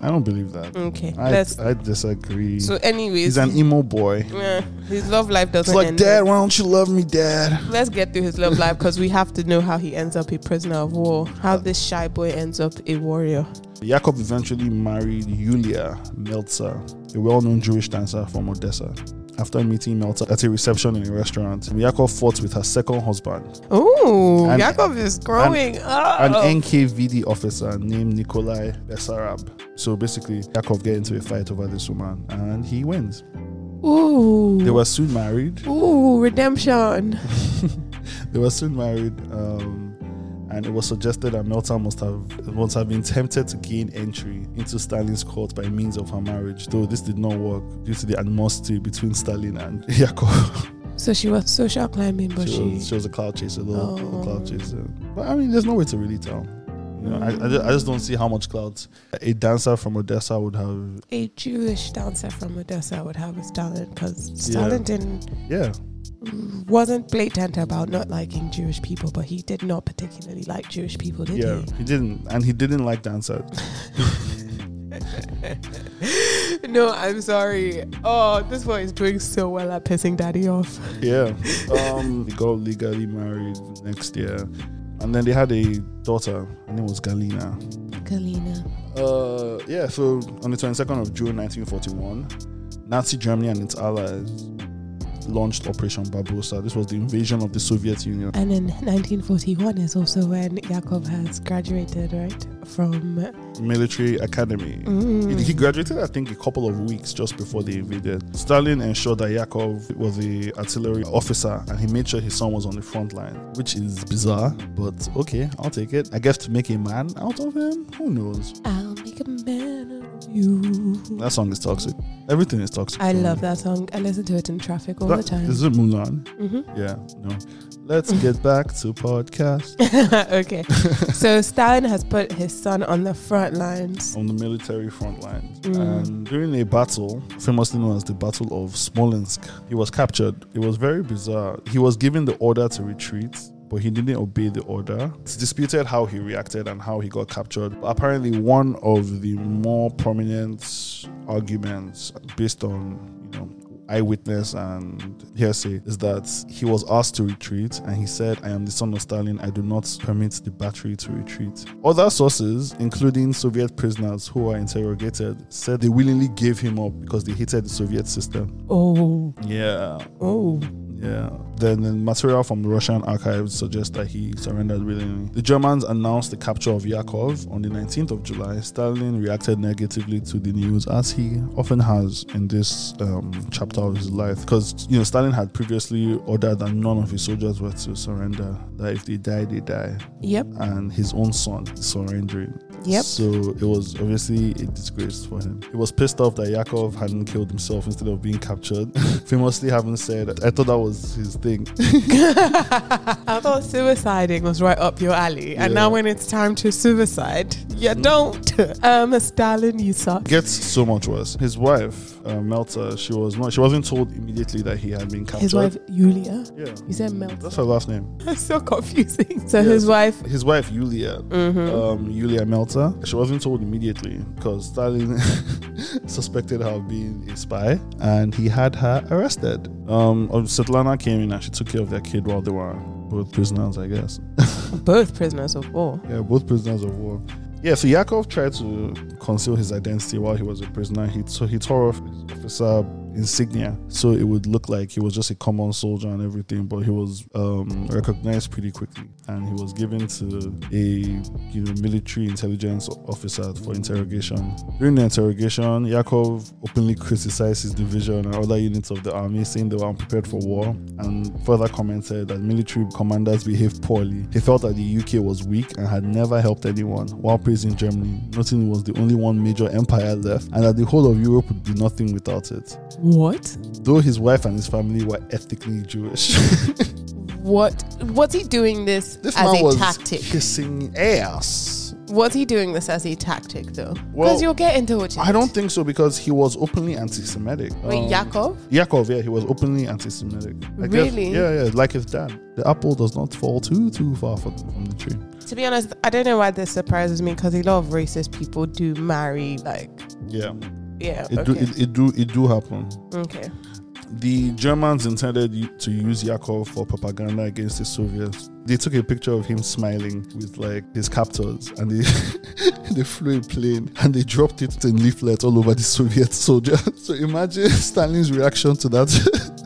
Speaker 2: I don't believe that.
Speaker 1: Okay,
Speaker 2: I,
Speaker 1: that's
Speaker 2: I disagree.
Speaker 1: so. Anyways,
Speaker 2: He's an emo boy.
Speaker 1: yeah, his love life
Speaker 2: It's
Speaker 1: doesn't
Speaker 2: like,
Speaker 1: end.
Speaker 2: Dad, why don't you love me, Dad?
Speaker 1: Let's get through his love life because we have to know how he ends up a prisoner of war, how this shy boy ends up a warrior.
Speaker 2: Jakob eventually married Yulia Meltzer, a well known Jewish dancer from Odessa. After meeting Meltzer at a reception in a restaurant, Yakov fought with her second husband,
Speaker 1: Ooh,
Speaker 2: And-
Speaker 1: Yakov is growing up.
Speaker 2: an NKVD officer named Nikolai Besarab. So basically, Yakov get into a fight over this woman and he wins.
Speaker 1: Ooh.
Speaker 2: They were soon married.
Speaker 1: Ooh, redemption.
Speaker 2: They were soon married, um, and it was suggested that Melta must have must have been tempted to gain entry into Stalin's court by means of her marriage, though this did not work due to the animosity between Stalin and <laughs> Yakov.
Speaker 1: So she was social climbing, but
Speaker 2: she,
Speaker 1: she.
Speaker 2: was, she was a cloud chaser, little, little
Speaker 1: Oh.
Speaker 2: cloud chaser. But I mean, there's no way to really tell. You know, I, I, ju- I just, don't see how much clout a dancer from Odessa would have.
Speaker 1: A Jewish dancer from Odessa would have a Stalin because Stalin didn't
Speaker 2: Yeah,
Speaker 1: wasn't blatant about not liking Jewish people, but he did not particularly like Jewish people, did
Speaker 2: yeah, he didn't, and he didn't like dancers.
Speaker 1: he? No, I'm sorry. Oh, this boy is doing so well at pissing daddy off.
Speaker 2: Yeah. <laughs> Um, they got legally married next year. And then they had a daughter. Her name was Galina.
Speaker 1: Galina.
Speaker 2: Uh, yeah, so on the 22nd of June 1941, Nazi Germany and its allies launched Operation Barbarossa. This was the invasion of the Soviet Union.
Speaker 1: And in 1941 is also when Yakov has graduated, right? From.
Speaker 2: Military Academy.
Speaker 1: Mm.
Speaker 2: He graduated, I think, a couple of weeks just before they invaded. Stalin ensured that Yakov was the artillery officer and he made sure his son was on the front line, which is bizarre, but okay, I'll take it. I guess to make a man out of him, who knows?
Speaker 1: I'll make a man of you.
Speaker 2: That song is toxic. Everything is toxic.
Speaker 1: I
Speaker 2: to me.
Speaker 1: love that song. I listen to it in traffic all the time. <laughs>
Speaker 2: That- Is it Mulan?
Speaker 1: hmm
Speaker 2: Yeah, no. Let's get back to podcast
Speaker 1: <laughs> okay. so Stalin has put his son on the front lines.
Speaker 2: on the military front lines.
Speaker 1: Mm.
Speaker 2: And during a battle, famously known as the Battle of Smolensk, he was captured. It was very bizarre. He was given the order to retreat, but but he didn't obey the order. It's disputed how he reacted and how he got captured. Apparently, one of the more prominent arguments based on you know eyewitness and hearsay is that he was asked to retreat and he said, I am the son of Stalin. I do not permit the battery to retreat. Other sources, including Soviet prisoners who were interrogated, said they willingly gave him up because they hated the Soviet system.
Speaker 1: Oh,
Speaker 2: Yeah.
Speaker 1: oh.
Speaker 2: Yeah. Then the material from the Russian archives suggests that he surrendered willingly. The Germans announced the capture of Yakov on the 19th of July. Stalin reacted negatively to the news, as he often has in this um, chapter of his life, because you know Stalin had previously ordered that none of his soldiers were to surrender. That if they die, they die,
Speaker 1: Yep,
Speaker 2: and his own son is surrendering.
Speaker 1: yep.
Speaker 2: So it was obviously a disgrace for him. He was pissed off that Yakov hadn't killed himself instead of being captured. <laughs> Famously having said, I thought that was his thing.
Speaker 1: I thought suiciding was right up your alley, and
Speaker 2: Yeah. Mm.
Speaker 1: now when it's time to suicide, you don't. <laughs> Um, Stalin, you suck.
Speaker 2: Gets so much worse. His wife, uh, Melta, she was not. She wasn't told immediately that he had been captured.
Speaker 1: His wife Yulia.
Speaker 2: Yeah,
Speaker 1: You said Mel.
Speaker 2: that's her last name.
Speaker 1: That's <laughs> so confusing. So
Speaker 2: Yes.
Speaker 1: his wife.
Speaker 2: His wife, Yulia,
Speaker 1: Mhm.
Speaker 2: um, Yulia Melta. She wasn't told immediately because Stalin <laughs> suspected her of being a spy and he had her arrested. Um, uh, Svetlana came in and she took care of their kid while they were both prisoners, I guess.
Speaker 1: Both prisoners of war.
Speaker 2: Yeah, both prisoners of war. Yeah, so Yakov tried to conceal his identity while he was a prisoner. He so he tore off his officer insignia so it would look like he was just a common soldier and everything, but he was um, recognized pretty quickly and he was given to a you know military intelligence officer for interrogation. During the interrogation, Yakov openly criticized his division and other units of the army, saying they were unprepared for war, and further commented that military commanders behaved poorly. He felt that the UK was weak and had never helped anyone, while praising Germany, noting it was the only one major empire left and that the whole of Europe would be nothing without it.
Speaker 1: What?
Speaker 2: Though his wife and his family were ethnically Jewish, <laughs>
Speaker 1: What? What's he doing this,
Speaker 2: this
Speaker 1: as
Speaker 2: man
Speaker 1: a
Speaker 2: was
Speaker 1: tactic?
Speaker 2: kissing ass.
Speaker 1: Was he doing this as a tactic though? Because
Speaker 2: Well,
Speaker 1: you'll get into it.
Speaker 2: I don't think so because he was openly anti-Semitic.
Speaker 1: Wait,
Speaker 2: Um,
Speaker 1: Yakov?
Speaker 2: Yakov, yeah, he was openly anti-Semitic. I
Speaker 1: Really?
Speaker 2: yeah, yeah, like his dad. The apple does not fall too too far from, from the tree.
Speaker 1: To be honest, I don't know why this surprises me because a lot of racist people do marry like
Speaker 2: Yeah,
Speaker 1: yeah.
Speaker 2: it
Speaker 1: okay.
Speaker 2: do it, it do it do happen.
Speaker 1: okay.
Speaker 2: The Germans intended u- to use Yakov for propaganda against the Soviets. They took a picture of him smiling with like his captors, and they <laughs> they flew a plane and they dropped it in leaflets all over the Soviet <laughs> soldiers. So imagine <laughs> Stalin's reaction to that. <laughs>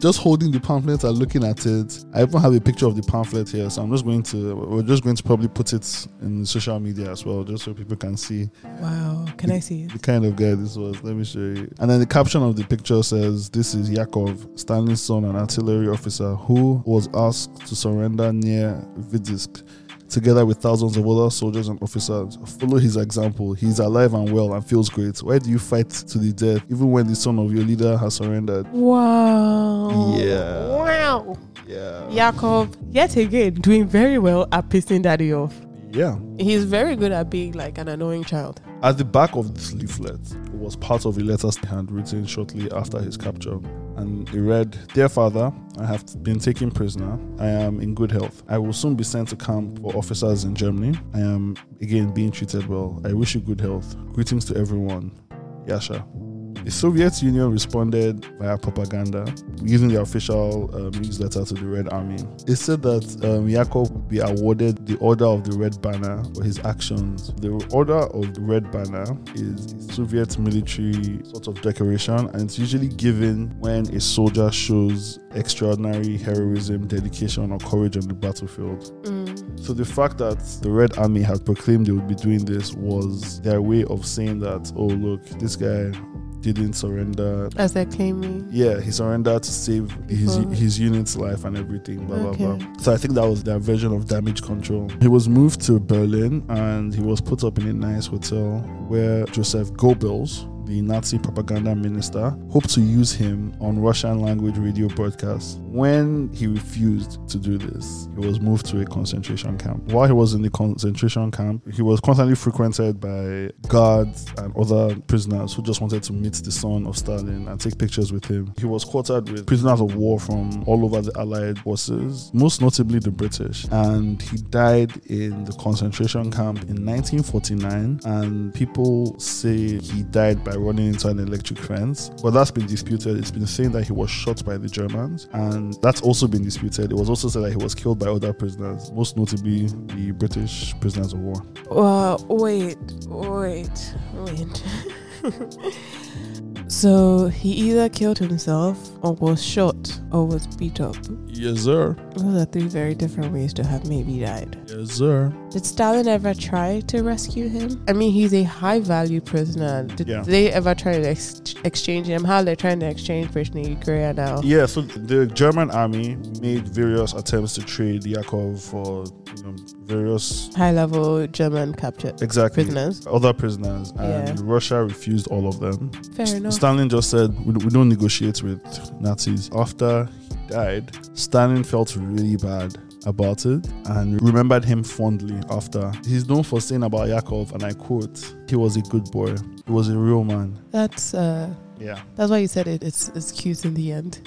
Speaker 2: just holding the pamphlet and looking at it. I even have a picture of the pamphlet here, so I'm just going to we're just going to probably put it in social media as well, just so people can see
Speaker 1: Wow. Can I see it?
Speaker 2: the kind of guy this was. Let me show you. And then the caption of the picture says, This is Yakov, Stalin's son, an artillery officer who was asked to surrender near Vitebsk. Together with thousands of other soldiers and officers, follow his example. He is alive and well and feels great. Why do you fight to the death, even when the son of your leader has surrendered?
Speaker 1: Wow.
Speaker 2: Yeah.
Speaker 1: Wow.
Speaker 2: Yeah.
Speaker 1: Yakov, yet again, doing very well at pissing daddy off.
Speaker 2: Yeah.
Speaker 1: He's very good at being like an annoying child.
Speaker 2: At the back of this leaflet was part of a letter he had written shortly after his capture. And it read, Dear father, I have been taken prisoner. I am in good health. I will soon be sent to camp for officers in Germany. I am again being treated well. I wish you good health. Greetings to everyone. Yasha. The Soviet Union responded via propaganda using the official um, newsletter to the Red Army. It said that um, Yakov would be awarded the Order of the Red Banner for his actions. The Order of the Red Banner is a Soviet military sort of decoration, and it's usually given when a soldier shows extraordinary heroism, dedication, or courage on the battlefield. So the fact that the Red Army had proclaimed they would be doing this was their way of saying that, oh look, this guy didn't surrender.
Speaker 1: As they're claiming.
Speaker 2: Yeah, he surrendered to save his
Speaker 1: People.
Speaker 2: his unit's life and everything. Blah blah
Speaker 1: Okay.
Speaker 2: blah. So I think that was their version of damage control. He was moved to Berlin and he was put up in a nice hotel where Joseph Goebbels. the Nazi propaganda minister, hoped to use him on Russian language radio broadcasts. When he refused to do this, he was moved to a concentration camp. While he was in the concentration camp, he was constantly frequented by guards and other prisoners who just wanted to meet the son of Stalin and take pictures with him. He was quartered with prisoners of war from all over the Allied forces, most notably the British, and he died in the concentration camp in 1949. And people say he died by running into an electric fence, but that's been disputed. It's been saying that he was shot by the Germans, and that's also been disputed. It was also said that he was killed by other prisoners, most notably the British prisoners of war.
Speaker 1: Well, wait, wait, wait. <laughs> so he either killed himself, or was shot, or was beat up.
Speaker 2: Yes, sir.
Speaker 1: Those are three very different ways to have maybe died.
Speaker 2: Yes, sir.
Speaker 1: Did Stalin ever try to rescue him? I mean, he's a high value prisoner. Did
Speaker 2: Yeah.
Speaker 1: they ever try to ex- exchange him? How they're trying to exchange Brittany Greer now?
Speaker 2: Yeah, so the German army made various attempts to trade Yakov for you know, various
Speaker 1: High level German captured
Speaker 2: exactly
Speaker 1: prisoners.
Speaker 2: other prisoners, and
Speaker 1: Yeah.
Speaker 2: Russia refused all of them.
Speaker 1: Fair enough.
Speaker 2: Stalin just said, we, we don't negotiate with Nazis. After he died, Stalin felt really bad about it and remembered him fondly after. He's known for saying about Yakov, and I quote, he was a good boy, he was a real man.
Speaker 1: That's uh,
Speaker 2: Yeah.
Speaker 1: that's why you said it. It's it's cute in the end.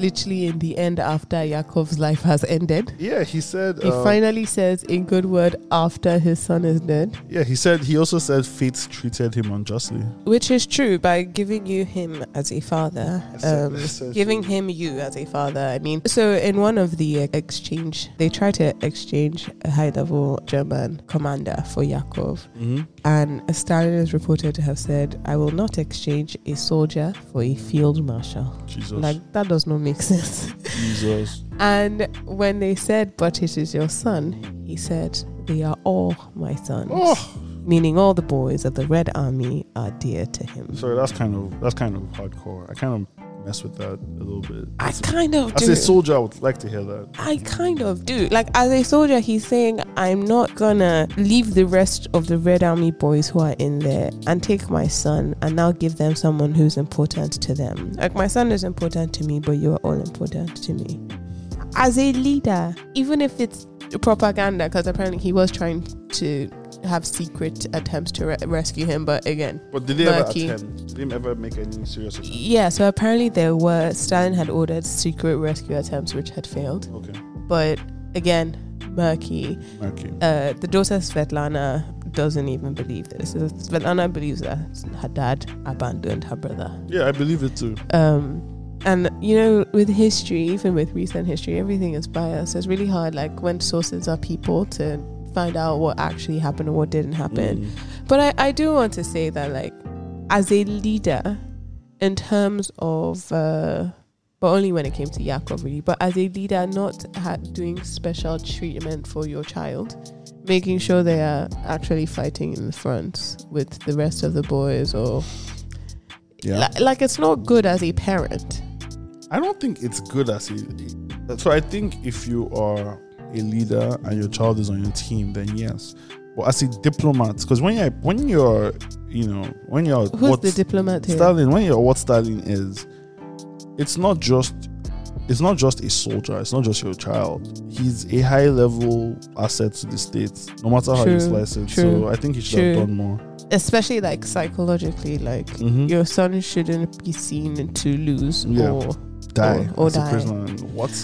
Speaker 1: Literally in the end, after Yakov's life has ended,
Speaker 2: Yeah, he said.
Speaker 1: he
Speaker 2: uh,
Speaker 1: finally says a good word after his son is dead,
Speaker 2: yeah, he said. He also said fate treated him unjustly.
Speaker 1: which is true. By giving you him as a father, um, giving him you as a father. I mean, so in one of the exchange, they try to exchange a high level German commander for Yakov.
Speaker 2: hmm
Speaker 1: And Stalin is reported to have said, I will not exchange a soldier for a field marshal.
Speaker 2: Jesus,
Speaker 1: Like, that does not make <laughs> sense.
Speaker 2: Jesus,
Speaker 1: And when they said, But it is your son, he said, They are all my sons.
Speaker 2: oh,
Speaker 1: Meaning all the boys of the Red Army are dear to him.
Speaker 2: sorry. That's kind of that's kind of hardcore. I kind of mess with that a little bit.
Speaker 1: I kind of
Speaker 2: As
Speaker 1: do.
Speaker 2: a soldier, I would like to hear that.
Speaker 1: I kind of do. Like, as a soldier, he's saying, I'm not gonna leave the rest of the Red Army boys who are in there and take my son and now give them someone who's important to them. Like, my son is important to me, but you are all important to me. As a leader, even if it's propaganda, because apparently he was trying to have secret attempts to re- rescue him, but again,
Speaker 2: But did they
Speaker 1: Murky.
Speaker 2: ever attend? Did they ever make any serious? Attempt?
Speaker 1: yeah, so apparently there were, Stalin had ordered secret rescue attempts which had failed,
Speaker 2: Okay,
Speaker 1: but again, murky.
Speaker 2: okay.
Speaker 1: uh, the daughter Svetlana doesn't even believe this. Svetlana believes that her dad abandoned her brother.
Speaker 2: Yeah, I believe it too.
Speaker 1: Um, and you know, with history, even with recent history, everything is biased. It's really hard, like when sources are people, to find out what actually happened and what didn't happen.
Speaker 2: Mm.
Speaker 1: But I, I do want to say that, like, as a leader, in terms of, uh, but only when it came to Yakov, really, but as a leader, not ha- doing special treatment for your child, making sure they are actually fighting in the front with the rest of the boys, or
Speaker 2: Yeah,
Speaker 1: like, like it's not good as a parent.
Speaker 2: I don't think it's good as a. So I think if you are a leader and your child is on your team, then yes. But as a diplomat, because when you are when you're you know when you're
Speaker 1: Who's
Speaker 2: what
Speaker 1: the diplomat here?
Speaker 2: Stalin, when you're what Stalin is, it's not just it's not just a soldier, it's not just your child. He's a high level asset to the state, no matter how you
Speaker 1: True,
Speaker 2: slice it. So
Speaker 1: true,
Speaker 2: I think he should
Speaker 1: true.
Speaker 2: have done more.
Speaker 1: Especially like psychologically, like
Speaker 2: Mhm.
Speaker 1: your son shouldn't be seen to lose
Speaker 2: Yeah.
Speaker 1: or
Speaker 2: Die
Speaker 1: or
Speaker 2: as a
Speaker 1: die.
Speaker 2: prisoner. What?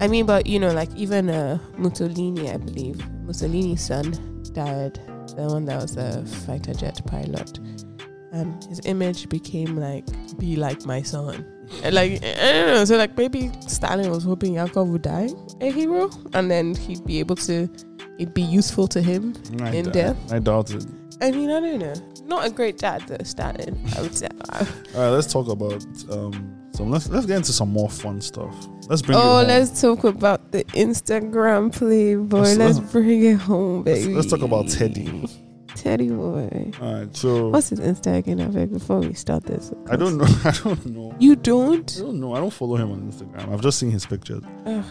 Speaker 1: I mean, but you know, like even uh, Mussolini, I believe Mussolini's son died, the one that was a fighter jet pilot, and his image became like be like my son, And, like I don't know. So like maybe Stalin was hoping Yakov would die a hero, and then he'd be able to, it'd be useful to him.
Speaker 2: I
Speaker 1: In
Speaker 2: doubt-
Speaker 1: death?
Speaker 2: I doubt it.
Speaker 1: I mean, I don't know. Not a great dad though, Stalin. I would say.
Speaker 2: All right, let's talk about um, some. Let's let's get into some more fun stuff. Let's bring. it
Speaker 1: oh,
Speaker 2: home.
Speaker 1: let's talk about the Instagram play, boy.
Speaker 2: Let's-
Speaker 1: Let's,
Speaker 2: let's-
Speaker 1: bring it home,
Speaker 2: let's-
Speaker 1: baby.
Speaker 2: let's talk about Teddy.
Speaker 1: Teddy boy.
Speaker 2: All right, so
Speaker 1: What's his Insta again, I beg, before we start this?
Speaker 2: I don't know. <laughs> I don't know.
Speaker 1: You
Speaker 2: I
Speaker 1: don't?
Speaker 2: don't know. I don't follow him on Instagram. I've just seen his pictures.
Speaker 1: Ugh.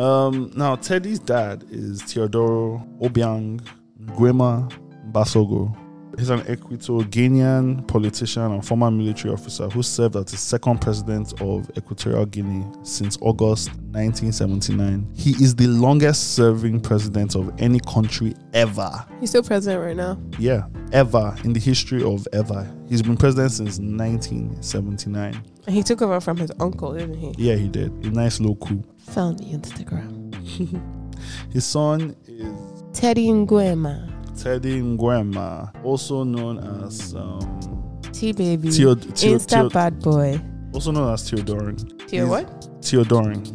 Speaker 2: Um, now Teddy's dad is Teodoro Obiang Nguema Basogo. He's an Equatorial politician and former military officer who served as the second president of Equatorial Guinea since August 1979. He is the longest serving president of any country ever.
Speaker 1: He's still president right now.
Speaker 2: Yeah, ever in the history of ever. He's been president since 1979.
Speaker 1: And he took over from his uncle, didn't he?
Speaker 2: Yeah, he did. A nice little coup.
Speaker 1: Found the Instagram.
Speaker 2: His son is
Speaker 1: Teddy Nguema.
Speaker 2: Teddy Nguema, also known as um,
Speaker 1: T baby.
Speaker 2: Theo, Theo,
Speaker 1: Insta
Speaker 2: Theo,
Speaker 1: Mm. bad boy.
Speaker 2: also known as Theodorin.
Speaker 1: Theo
Speaker 2: He's-
Speaker 1: what?
Speaker 2: Theodorin,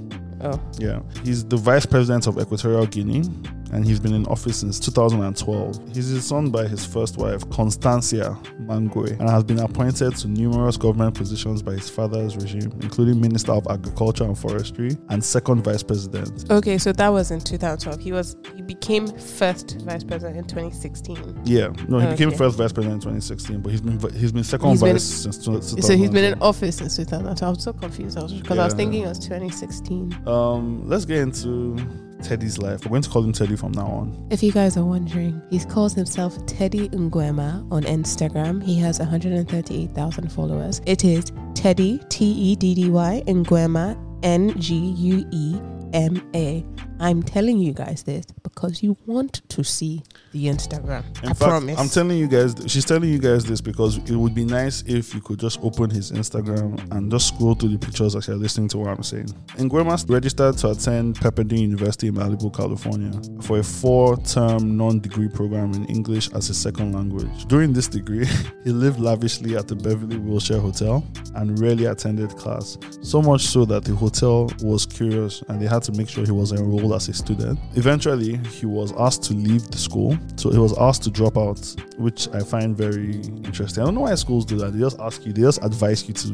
Speaker 1: Oh.
Speaker 2: yeah, he's the vice president of Equatorial Guinea, and he's been in office since 2012. He's his son by his first wife, Constancia Mangue, and has been appointed to numerous government positions by his father's regime, including Minister of Agriculture and Forestry and second vice president.
Speaker 1: Okay, so that was in 2012. He was he became first vice president in 2016.
Speaker 2: Yeah, no, he became
Speaker 1: Okay.
Speaker 2: first vice president in 2016, but he's been vi- he's been second
Speaker 1: He's
Speaker 2: vice
Speaker 1: been-
Speaker 2: since 2012.
Speaker 1: So he's been in office since 2012. I was so confused because I, was, 'cause I was
Speaker 2: Yeah.
Speaker 1: thinking it was 2016.
Speaker 2: Um, let's get into Teddy's life. We're going to call him Teddy from now on.
Speaker 1: If you guys are wondering, he calls himself Teddy Nguema on Instagram. He has 138,000 followers. It is Teddy, T E D D Y, Nguema, N G U E M A. I'm telling you guys this because you want to see the Instagram. I promise.
Speaker 2: I'm telling you guys, she's telling you guys this because it would be nice if you could just open his Instagram and just scroll through the pictures as you're listening to what I'm saying. Nguema registered to attend Pepperdine University in Malibu, California for a four term non degree program in English as his second language. During this degree, <laughs> he lived lavishly at the Beverly Wilshire Hotel and rarely attended class. So much so that the hotel was curious and they had to make sure he was enrolled as a student. Eventually, he was asked to leave the school. So he was asked to drop out, which I find very interesting. I don't know why schools do that. They just ask you, they just advise you to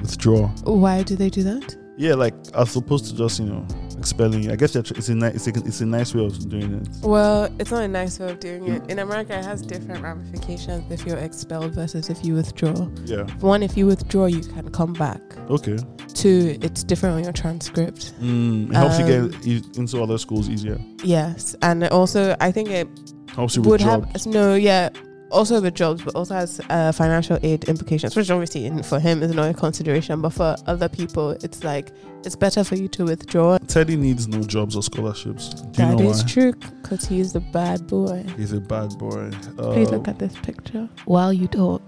Speaker 2: withdraw.
Speaker 1: Why do they do that?
Speaker 2: Yeah, like as opposed to just, you know, expelling you. I guess it's a, ni- it's, a, it's a nice way of doing it.
Speaker 1: Well, it's not a nice way of doing it. In America, it has different ramifications if you're expelled versus if you withdraw.
Speaker 2: Yeah.
Speaker 1: One, if you withdraw, you can come back.
Speaker 2: Okay.
Speaker 1: Two, it's different on your transcript.
Speaker 2: Mm, it helps you
Speaker 1: Um,
Speaker 2: get i- into other schools easier.
Speaker 1: Yes, and also I think it
Speaker 2: Helps you with
Speaker 1: would
Speaker 2: job.
Speaker 1: have no, yeah, also the jobs, but also has uh, financial aid implications, which obviously in, for him is not a consideration, but for other people, it's like it's better for you to withdraw.
Speaker 2: Teddy needs no jobs or scholarships. Do you
Speaker 1: That
Speaker 2: know
Speaker 1: is
Speaker 2: why?
Speaker 1: true, because he's a bad boy.
Speaker 2: He's a bad boy. Uh,
Speaker 1: Please look at this picture while you talk.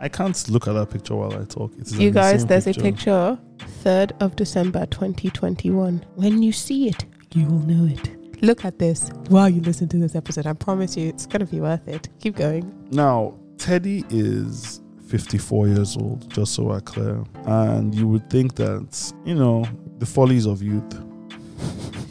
Speaker 2: I can't look at that picture while I talk. It's
Speaker 1: You guys, there's a picture, 3rd of December 2021. When you see it, you will know it. Look at this while you listen to this episode. I promise you, it's going to be worth it. Keep going.
Speaker 2: Now, Teddy is 54 years old, just so we're clear. And you would think that, you know, the follies of youth.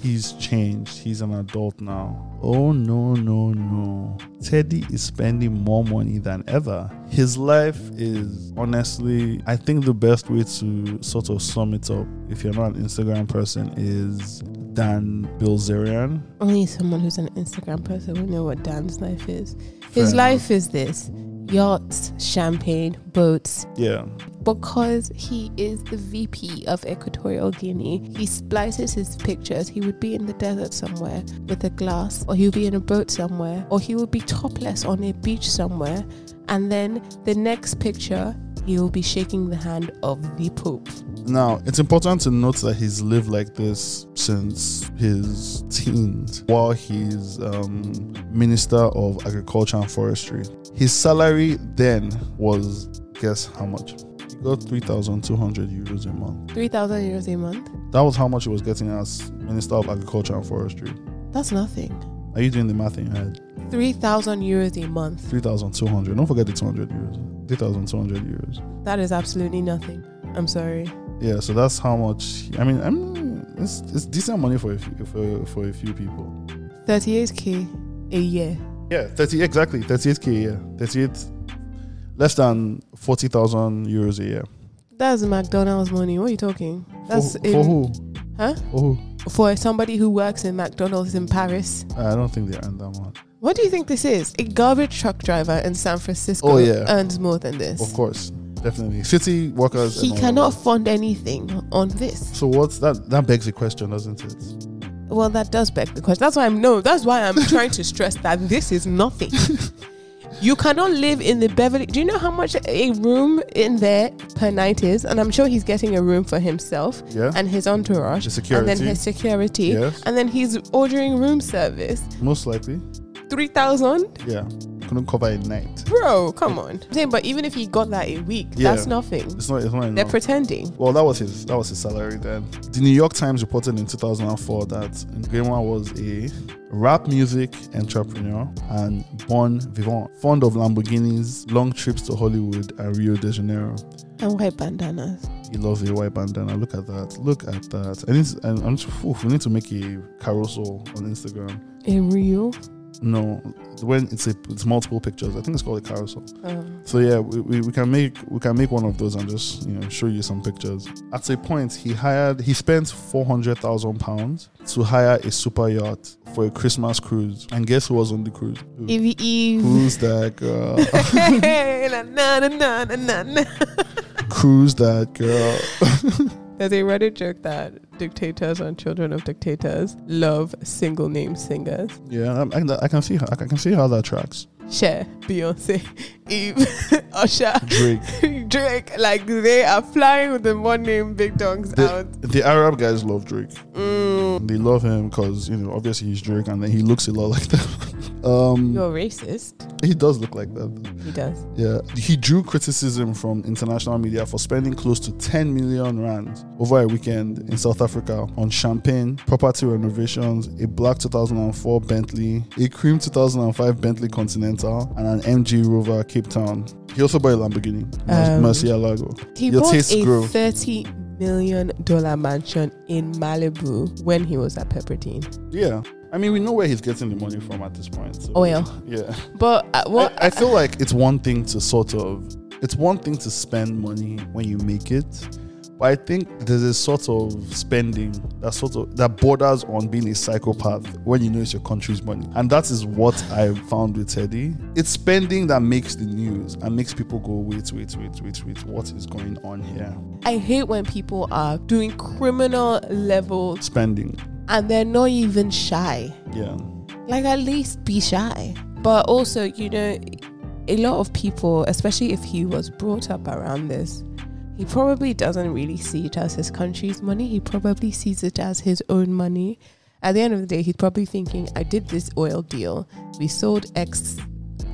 Speaker 2: He's changed. He's an adult now. Oh, no, no, no. Teddy is spending more money than ever. His life is honestly, I think the best way to sort of sum it up, if you're not an Instagram person, is Dan Bilzerian.
Speaker 1: Only someone who's an Instagram person will know what Dan's life is.
Speaker 2: Fair
Speaker 1: His
Speaker 2: enough.
Speaker 1: life is this yachts, champagne, boats,
Speaker 2: Yeah.
Speaker 1: because he is the VP of Equatorial Guinea. He splices his pictures. He would be in the desert somewhere with a glass, or he'll be in a boat somewhere, or he will be topless on a beach somewhere. And then the next picture, he will be shaking the hand of the Pope.
Speaker 2: Now, it's important to note that he's lived like this since his teens while he's um, Minister of Agriculture and Forestry. His salary then was, guess how much? He got 3,200 euros a month.
Speaker 1: 3,000 euros a month?
Speaker 2: That was how much he was getting as Minister of Agriculture and Forestry.
Speaker 1: That's nothing.
Speaker 2: Are you doing the math in your head?
Speaker 1: 3,000 euros a month.
Speaker 2: 3,200. Don't forget the 200 euros. 3,200 euros.
Speaker 1: That is absolutely nothing. I'm sorry.
Speaker 2: Yeah, so that's how much. I mean, I mean it's, it's decent money for a few, for, for a few people.
Speaker 1: 38k a year.
Speaker 2: Yeah, thirty exactly, thirty-eight k a year, thirty-eight, less than forty thousand euros a year.
Speaker 1: That's McDonald's money. What are you talking? That's
Speaker 2: for,
Speaker 1: in-
Speaker 2: for who?
Speaker 1: Huh?
Speaker 2: For who?
Speaker 1: for somebody who works in McDonald's in Paris.
Speaker 2: I don't think they earn that much.
Speaker 1: What do you think this is? A garbage truck driver in San Francisco
Speaker 2: Oh, yeah.
Speaker 1: earns more than this.
Speaker 2: Of course, definitely. City workers.
Speaker 1: He
Speaker 2: and all
Speaker 1: cannot
Speaker 2: that.
Speaker 1: fund anything on this.
Speaker 2: So what's that? That begs the question, doesn't it? <laughs>
Speaker 1: Well, that does beg the question. That's why I'm no. That's why I'm trying to stress that this is nothing. You cannot live in the Beverly. Do you know how much a room in there per night is? And I'm sure he's getting a room for himself
Speaker 2: Yeah.
Speaker 1: and his entourage,
Speaker 2: The
Speaker 1: and
Speaker 2: security.
Speaker 1: then his security,
Speaker 2: yes.
Speaker 1: and then he's ordering room service.
Speaker 2: Most likely.
Speaker 1: Three thousand,
Speaker 2: Yeah. Couldn't cover a night.
Speaker 1: bro. Come on. I'm saying, but even if he got that a week,
Speaker 2: Yeah.
Speaker 1: that's nothing.
Speaker 2: It's not. It's not
Speaker 1: They're
Speaker 2: enough.
Speaker 1: pretending.
Speaker 2: well, that was his. That was his salary then. The New York Times reported in 2004 that Nguema was a rap music entrepreneur and bon vivant, fond of Lamborghinis, long trips to Hollywood and Rio de Janeiro.
Speaker 1: And white bandanas.
Speaker 2: He loves a white bandana. Look at that. Look at that. And, it's, and I'm just, oof, we need to make a carousel on Instagram.
Speaker 1: In Rio.
Speaker 2: No, when it's a, it's multiple pictures. I think it's called a carousel.
Speaker 1: Um,
Speaker 2: So yeah, we, we, we can make we can make one of those and just you know show you some pictures. At a point, he hired he spent four hundred thousand pounds to hire a super yacht for a Christmas cruise. And guess who was on the cruise? Who-
Speaker 1: Evie Eve.
Speaker 2: Who's that girl?
Speaker 1: <laughs>
Speaker 2: Mm.
Speaker 1: Na, na, na, na, na, na.
Speaker 2: Cruise that girl.
Speaker 1: There's a Reddit joke that dictators and children of dictators love single name singers.
Speaker 2: Yeah, I, I, I can see how I can see how that tracks.
Speaker 1: Cher, Beyonce, Eve, <laughs> Usher, <laughs>
Speaker 2: Drake.
Speaker 1: Drake. Like they are flying with the one name big dogs
Speaker 2: The-
Speaker 1: out.
Speaker 2: The Arab guys love Drake.
Speaker 1: Mm.
Speaker 2: They love him because you know obviously he's Drake and then he looks a lot like them. <laughs> um,
Speaker 1: You're racist.
Speaker 2: he does look like that.
Speaker 1: He does.
Speaker 2: Yeah, he drew criticism from international media for spending close to 10 million rand over a weekend in South Africa on champagne, property renovations, a black 2004 Bentley, a cream 2005 Bentley Continental, and an MG Rover Cape Town. he also bought a Lamborghini,
Speaker 1: Um,
Speaker 2: Murcielago.
Speaker 1: He
Speaker 2: Your
Speaker 1: bought
Speaker 2: tastes
Speaker 1: a
Speaker 2: grow.
Speaker 1: thirty million dollar mansion in Malibu when he was at Pepperdine.
Speaker 2: Yeah, I mean we know where he's getting the money from at this point. so-
Speaker 1: Oil.
Speaker 2: Yeah.
Speaker 1: But uh, what?
Speaker 2: I, I feel like it's one thing to sort of it's one thing to spend money when you make it but i think there's a sort of spending that sort of that borders on being a psychopath when you know it's your country's money and that is what i found with teddy it's spending that makes the news and makes people go wait wait wait wait wait what is going on here
Speaker 1: I hate when people are doing criminal level
Speaker 2: spending
Speaker 1: and they're not even shy.
Speaker 2: yeah
Speaker 1: like at least be shy but also you know a lot of people especially if he was brought up around this he probably doesn't really see it as his country's money he probably sees it as his own money at the end of the day he's probably thinking i did this oil deal we sold x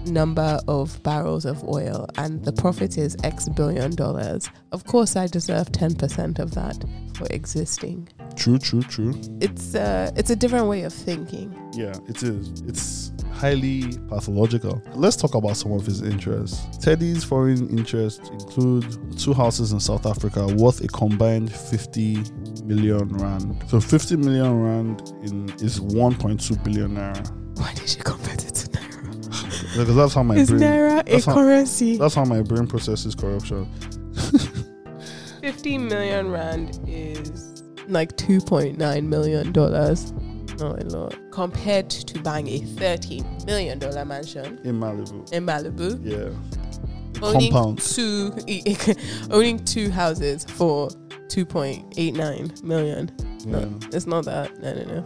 Speaker 1: number of barrels of oil and the profit is x billion dollars of course i deserve 10% of that for existing
Speaker 2: true true true
Speaker 1: it's uh, it's a different way of thinking
Speaker 2: Yeah, it is. It's highly pathological. Let's talk about some of his interests. Teddy's foreign interests include two houses in South Africa worth a combined 50 million rand. So 50 million rand in is 1.2 billion naira.
Speaker 1: why did you compare it to naira
Speaker 2: Because that's how my
Speaker 1: Is
Speaker 2: brain
Speaker 1: naira a
Speaker 2: that's how-
Speaker 1: currency?
Speaker 2: that's how my brain processes corruption.
Speaker 1: 50 million rand is like 2.9 million dollars. Not a lot. Compared to buying a 30 million dollar mansion
Speaker 2: In Malibu.
Speaker 1: in Malibu,
Speaker 2: Yeah.
Speaker 1: owning
Speaker 2: Compounds.
Speaker 1: two <laughs> owning two houses for 2.89 million.
Speaker 2: Yeah.
Speaker 1: It's not that. No, no,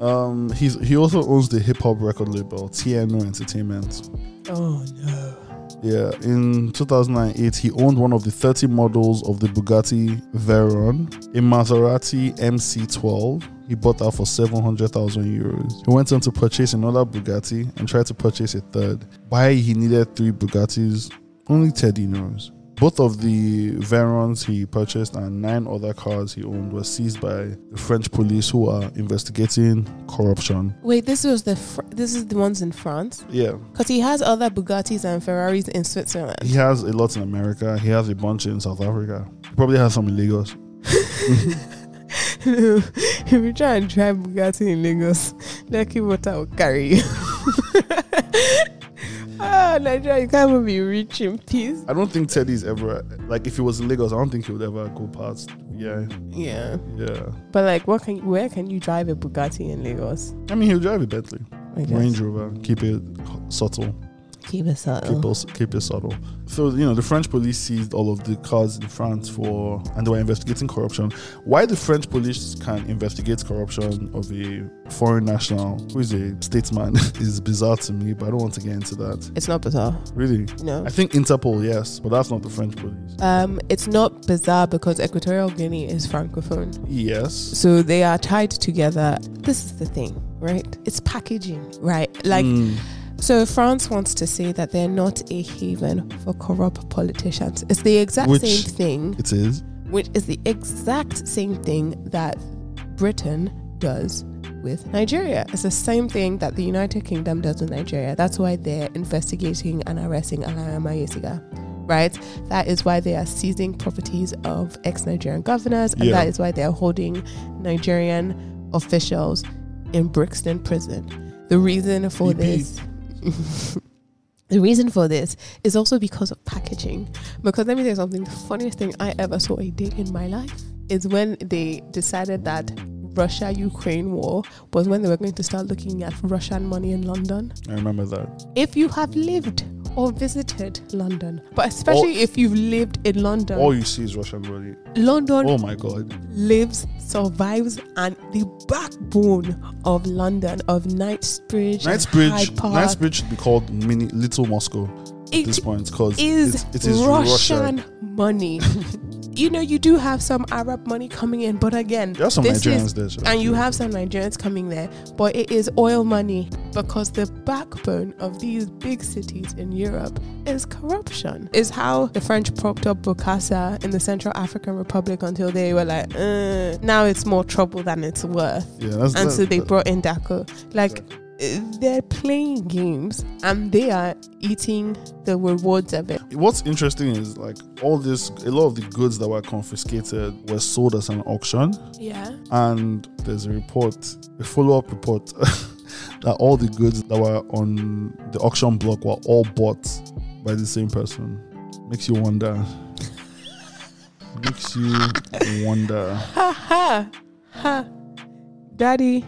Speaker 1: no.
Speaker 2: Um, he's he also owns the hip hop record label TNO Entertainment.
Speaker 1: Oh no.
Speaker 2: Yeah, in 2008, he owned one of the 30 models of the Bugatti Veyron, a Maserati MC12. He bought that for 700,000 euros. He went on to purchase another Bugatti and tried to purchase a third. Why he needed three Bugattis, only Teddy knows. Both of the Veyrons he purchased and nine other cars he owned were seized by the French police who are investigating corruption.
Speaker 1: Wait, this was the fr- this is the ones in France
Speaker 2: Yeah.
Speaker 1: because he has other Bugattis and Ferraris in Switzerland.
Speaker 2: He has a lot in America. He has a bunch in South Africa. He probably has some in Lagos.
Speaker 1: if you try and drive Bugatti in Lagos, Lucky Water will carry you. <laughs> ah, Nigeria, you can't even be rich in peace.
Speaker 2: I don't think Teddy's ever like if he was in Lagos. I don't think he would ever go past. Yeah,
Speaker 1: Yeah,
Speaker 2: yeah.
Speaker 1: but like, what can where can you drive a Bugatti in Lagos?
Speaker 2: I mean, he'll drive a Bentley,
Speaker 1: I guess.
Speaker 2: Range Rover. Keep it subtle.
Speaker 1: Keep it subtle.
Speaker 2: Keep us keep it subtle. So you know the French police seized all of the cars in France for, and they were investigating corruption. Why the French police can investigate corruption of a foreign national who is a statesman <laughs> is bizarre to me, but I don't want to get into that.
Speaker 1: It's not bizarre.
Speaker 2: Really,
Speaker 1: No.
Speaker 2: I think Interpol, yes, but that's not the French police.
Speaker 1: Um, it's not bizarre because Equatorial Guinea is francophone.
Speaker 2: Yes,
Speaker 1: So they are tied together. This is the thing, right? It's packaging, right? Like,
Speaker 2: Mm.
Speaker 1: so France wants to say that they're not a haven for corrupt politicians. It's the exact
Speaker 2: Which-
Speaker 1: same thing,
Speaker 2: it is.
Speaker 1: which is the exact same thing that Britain does with Nigeria. It's the same thing that the United Kingdom does with Nigeria. That's why they're investigating and arresting Alara Mayesiga. Right? That is why they are seizing properties of ex Nigerian governors, and
Speaker 2: Yeah.
Speaker 1: that is why they are holding Nigerian officials in Brixton prison. The reason for
Speaker 2: Beep, beep.
Speaker 1: this. <laughs> The reason for this is also because of packaging. Because let me tell you something, the funniest thing I ever saw a day in my life is when they decided that Russia Ukraine war was when they were going to start looking at Russian money in London.
Speaker 2: I remember that.
Speaker 1: If you have lived or visited London, but especially if you've lived in London,
Speaker 2: All you see is Russian money.
Speaker 1: London
Speaker 2: Oh my god.
Speaker 1: lives, survives, and the backbone of London, of Knightsbridge, and
Speaker 2: Knightsbridge,
Speaker 1: Hyde Park,
Speaker 2: Knightsbridge should be called mini Little Moscow at
Speaker 1: it
Speaker 2: this point because
Speaker 1: is,
Speaker 2: it is
Speaker 1: Russian <laughs>
Speaker 2: Russia.
Speaker 1: money. you know, you do have some Arab money coming in, but again,
Speaker 2: There are some
Speaker 1: this
Speaker 2: Nigerians
Speaker 1: is
Speaker 2: there, so-
Speaker 1: and you have some Nigerians coming there, but it is oil money because the backbone of these big cities in Europe is corruption. Is how the French propped up Bokassa in the Central African Republic until they were like, uh, now it's more trouble than it's worth,
Speaker 2: yeah, that's,
Speaker 1: and
Speaker 2: that-
Speaker 1: so they
Speaker 2: that-
Speaker 1: brought in Daco. Like uh, they're playing games and they are eating the rewards of it.
Speaker 2: What's interesting is like all this, a lot of the goods that were confiscated were sold at an auction,
Speaker 1: Yeah.
Speaker 2: and there's a report, a follow-up report, <laughs> that all the goods that were on the auction block were all bought by the same person. Makes you wonder. <laughs> Makes you wonder.
Speaker 1: Ha ha ha. Daddy,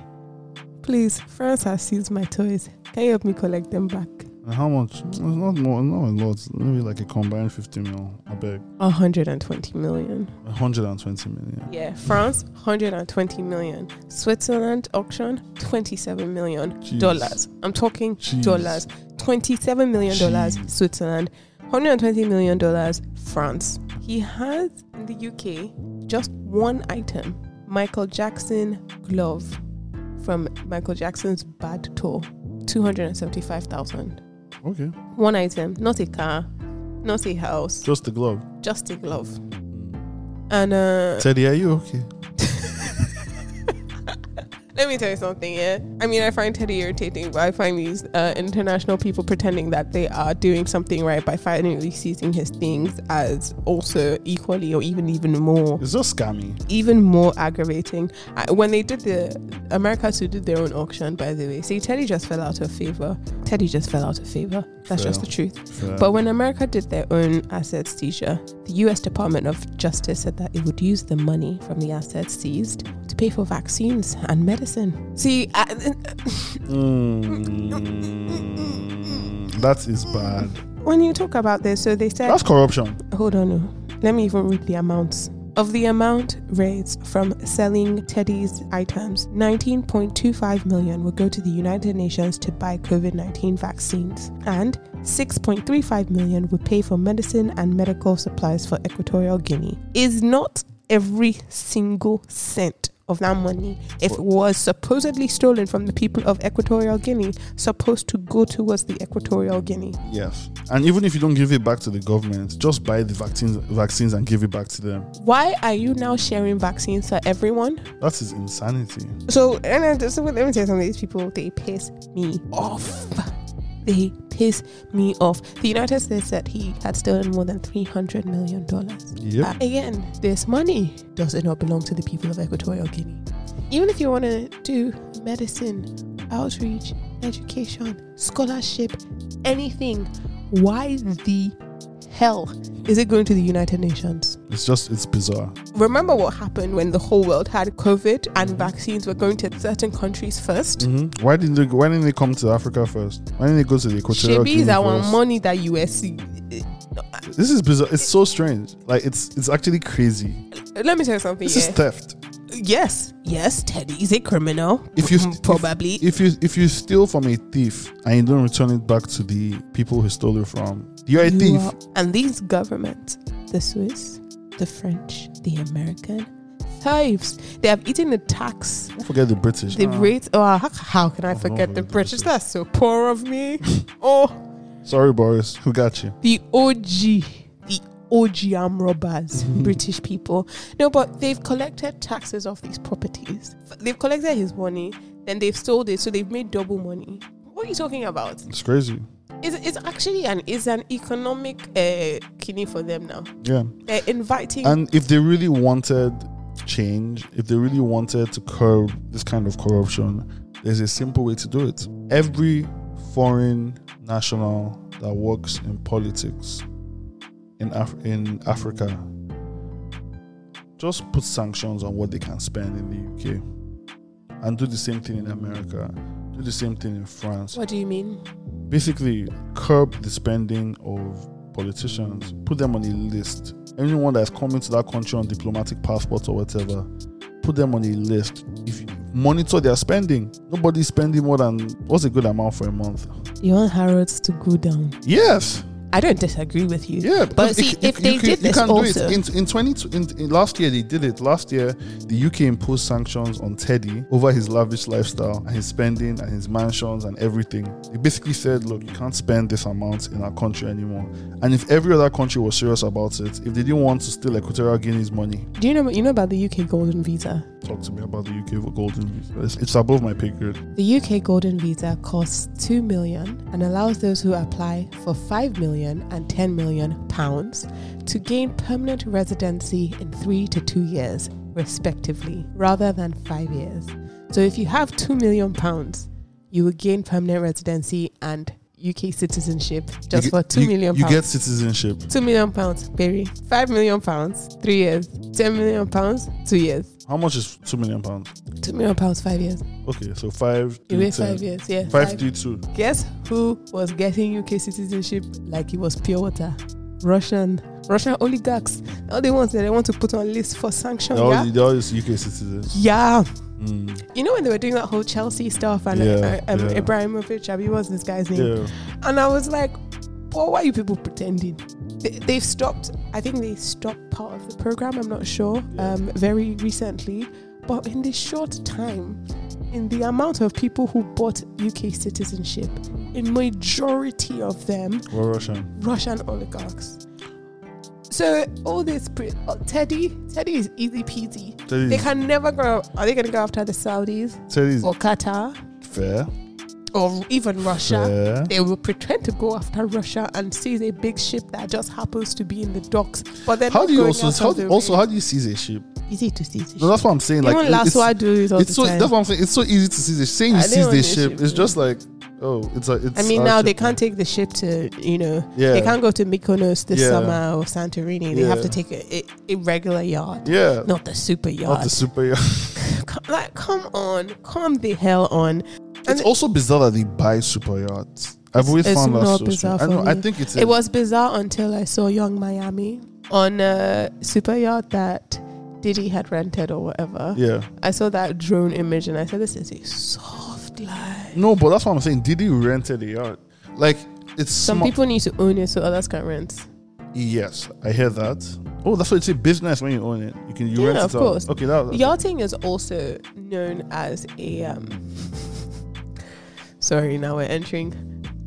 Speaker 1: please, France has seized my toys. Can you help me collect them back?
Speaker 2: And how much? It's not more, not a lot. Maybe like a combined 50 mil. I beg.
Speaker 1: 120 million.
Speaker 2: 120 million.
Speaker 1: Yeah, France, 120 million. Switzerland auction, 27 million
Speaker 2: Jeez.
Speaker 1: dollars. I'm talking
Speaker 2: Jeez.
Speaker 1: dollars. 27 million dollars,
Speaker 2: Jeez.
Speaker 1: Switzerland. 120 million dollars, France. He has in the UK just one item Michael Jackson glove from Michael Jackson's Bad Tour, 275,000.
Speaker 2: Okay.
Speaker 1: One item, not a car, not a house,
Speaker 2: Just the glove.
Speaker 1: just a glove. And uh,
Speaker 2: Teddy, are you okay?
Speaker 1: <laughs> Let me tell you something, yeah. I mean, I find Teddy irritating, but I find these uh, international people pretending that they are doing something right by finally seizing his things as also equally or even even more
Speaker 2: It's just scammy.
Speaker 1: even more aggravating. I, when they did the America to did their own auction, by the way. See, Teddy just fell out of favor. Teddy just fell out of favor. That's just the
Speaker 2: Fair.
Speaker 1: truth.
Speaker 2: Fair.
Speaker 1: But when America did their own asset seizure, the US Department of Justice said that it would use the money from the assets seized to pay for vaccines and medicine. See, I,
Speaker 2: Mm, that is bad.
Speaker 1: when you talk about this, so they said,
Speaker 2: That's corruption.
Speaker 1: hold on, no. let me even read the amounts. Of the amount raised from selling Teddy's items, 19.25 million will go to the United Nations to buy COVID 19 vaccines, and 6.35 million will pay for medicine and medical supplies for Equatorial Guinea. Is not every single cent of that money, if it was supposedly stolen from the people of Equatorial Guinea, supposed to go towards the Equatorial Guinea?
Speaker 2: Yes. And even if you don't give it back to the government, just buy the vaccines, vaccines and give it back to them.
Speaker 1: Why are you now sharing vaccines for everyone?
Speaker 2: That is insanity.
Speaker 1: So, and I just, let me tell you something. These people, they piss me off. They piss me off. The United States said he had stolen more than $300 million.
Speaker 2: Yep.
Speaker 1: Uh, again, this money does it not belong to the people of Equatorial Guinea? Even if you want to do medicine, outreach, education, scholarship, anything, why the hell is it going to the United Nations?
Speaker 2: It's just it's bizarre.
Speaker 1: Remember what happened when the whole world had COVID and vaccines were going to certain countries
Speaker 2: Mm.
Speaker 1: first?
Speaker 2: Why didn't they, why didn't they come to Africa first? Why didn't they go to the Equatorial
Speaker 1: Shebi is
Speaker 2: Guinea
Speaker 1: our
Speaker 2: first?
Speaker 1: money that USC. uh,
Speaker 2: This is bizarre. It's so strange. Like it's it's actually crazy.
Speaker 1: Let me tell you something.
Speaker 2: This
Speaker 1: yeah.
Speaker 2: is theft.
Speaker 1: yes, yes, Teddy is a criminal.
Speaker 2: If you-
Speaker 1: Mm, probably
Speaker 2: If you if you steal from a thief and you don't return it back to the people who stole it from, you're a
Speaker 1: You
Speaker 2: thief.
Speaker 1: are- and these governments, the Swiss, the French, the American, thieves. They have eaten the tax,
Speaker 2: Don't forget the British.
Speaker 1: the
Speaker 2: Ah. Oh,
Speaker 1: rates. Oh, how, how can I
Speaker 2: I've
Speaker 1: forget
Speaker 2: not
Speaker 1: the
Speaker 2: heard of
Speaker 1: British?
Speaker 2: this.
Speaker 1: That's so poor of me. <laughs> oh,
Speaker 2: Sorry, Boris. Who got you?
Speaker 1: the OG, the OG arm
Speaker 2: <laughs>
Speaker 1: robbers, British people. No, but they've collected taxes off these properties. F- They've collected his money, then they've sold it, so they've made double money. What are you talking about?
Speaker 2: It's crazy.
Speaker 1: It's, it's actually an it's an economic uh, kidney for them now.
Speaker 2: Yeah.
Speaker 1: They're inviting
Speaker 2: And if they really wanted change, if they really wanted to curb this kind of corruption, there's a simple way to do it. Every foreign national that works in politics in Af- in Africa just put sanctions on what they can spend in the UK and do the same thing in America, do the same thing in France.
Speaker 1: What do you mean?
Speaker 2: basically curb the spending of politicians, put them on a list. Anyone that's coming to that country on diplomatic passports or whatever, put them on a list. If you monitor their spending, nobody's spending more than what's a good amount for a month.
Speaker 1: You want Harrods to go down?
Speaker 2: Yes,
Speaker 1: I don't disagree with you.
Speaker 2: yeah. because
Speaker 1: see, if they
Speaker 2: can-
Speaker 1: did this
Speaker 2: can
Speaker 1: also-
Speaker 2: do it in, in twenty tw- in, in last year they did it. Last year, the UK imposed sanctions on Teddy over his lavish lifestyle and his spending and his mansions and everything. They basically said, "Look, you can't spend this amount in our country anymore." And if every other country was serious about it, if they didn't want to steal Equatorial Guinea's money,
Speaker 1: Do you know you know about the UK Golden Visa?
Speaker 2: talk to me about the UK for golden visa. It's, it's above my pay grade.
Speaker 1: The UK Golden Visa costs 2 million and allows those who apply for 5 million and 10 million pounds to gain permanent residency in 3 to 2 years respectively rather than 5 years. So if you have 2 million pounds, you will gain permanent residency and UK citizenship just
Speaker 2: You
Speaker 1: for
Speaker 2: get-
Speaker 1: 2
Speaker 2: you-
Speaker 1: million
Speaker 2: You
Speaker 1: pounds.
Speaker 2: get citizenship.
Speaker 1: Two million pounds, baby. Five million pounds, three years. Ten million pounds, two years.
Speaker 2: How much is two million pounds?
Speaker 1: Two million pounds, five years.
Speaker 2: Okay, so five.
Speaker 1: You
Speaker 2: three,
Speaker 1: wait
Speaker 2: ten.
Speaker 1: five years, yeah.
Speaker 2: Five three two.
Speaker 1: Guess who was getting UK citizenship like it was pure water? Russian, Russian oligarchs. All the ones that they want to put on list for sanction.
Speaker 2: They're all,
Speaker 1: Yeah.
Speaker 2: they're all just UK citizens.
Speaker 1: Yeah,
Speaker 2: Mm.
Speaker 1: you know when they were doing that whole Chelsea stuff and
Speaker 2: Yeah,
Speaker 1: uh, um,
Speaker 2: yeah.
Speaker 1: Ibrahimovic, I mean, what's this guy's name?
Speaker 2: Yeah.
Speaker 1: And I was like, well, why are you people pretending? They, they've stopped, I think they stopped part of the program, I'm not sure,
Speaker 2: Yeah.
Speaker 1: um, very recently. But in this short time, in the amount of people who bought UK citizenship, a majority of them
Speaker 2: We're Russian.
Speaker 1: Russian oligarchs. So all this, pre- uh, Teddy, Teddy is easy peasy. They
Speaker 2: Teddy's,
Speaker 1: can never go. Are they going to go after the Saudis
Speaker 2: Teddy's
Speaker 1: or Qatar
Speaker 2: fair.
Speaker 1: or even Russia?
Speaker 2: Fair.
Speaker 1: they will pretend to go after Russia and seize a big ship that just happens to be in the docks. But then
Speaker 2: How do you also how, do- also how do you seize a ship?
Speaker 1: easy to seize?
Speaker 2: No, that's what I'm saying. Like
Speaker 1: Even
Speaker 2: it-
Speaker 1: last
Speaker 2: it's,
Speaker 1: I do it all
Speaker 2: it's
Speaker 1: the
Speaker 2: so
Speaker 1: time.
Speaker 2: that's what I'm saying. It's so easy to seize a ship. Saying
Speaker 1: I
Speaker 2: you
Speaker 1: don't
Speaker 2: seize
Speaker 1: want
Speaker 2: this
Speaker 1: a
Speaker 2: ship,
Speaker 1: ship,
Speaker 2: it's
Speaker 1: yeah.
Speaker 2: just like oh, it's a it's.
Speaker 1: I mean,
Speaker 2: our
Speaker 1: now
Speaker 2: ship.
Speaker 1: they can't take the ship to you know
Speaker 2: Yeah.
Speaker 1: they can't go to Mykonos this
Speaker 2: Yeah.
Speaker 1: summer or Santorini. They have
Speaker 2: Yeah.
Speaker 1: to take a, a, a regular yacht,
Speaker 2: Yeah.
Speaker 1: not the super
Speaker 2: Not
Speaker 1: yacht.
Speaker 2: the super.
Speaker 1: Co- like, <laughs> come on, come the hell on.
Speaker 2: It's also bizarre that they buy super yachts. I've always
Speaker 1: it's
Speaker 2: found that
Speaker 1: not
Speaker 2: so
Speaker 1: bizarre
Speaker 2: strange. I, know,
Speaker 1: for
Speaker 2: I
Speaker 1: me.
Speaker 2: think it's
Speaker 1: It was bizarre until I saw Young Miami on a super yacht that Diddy had rented or whatever.
Speaker 2: yeah.
Speaker 1: I saw that drone image and I said, "This is a soft life."
Speaker 2: No, but that's what I'm saying. Did you rented a yacht? Like it's
Speaker 1: Some
Speaker 2: smart-
Speaker 1: people need to own it so others can rent.
Speaker 2: Yes, I hear that. Oh, that's what it's a business when you own it. You can you
Speaker 1: Yeah,
Speaker 2: rent it
Speaker 1: of
Speaker 2: out.
Speaker 1: course.
Speaker 2: Okay, that
Speaker 1: Yachting is also known as a. Um, sorry, now we're entering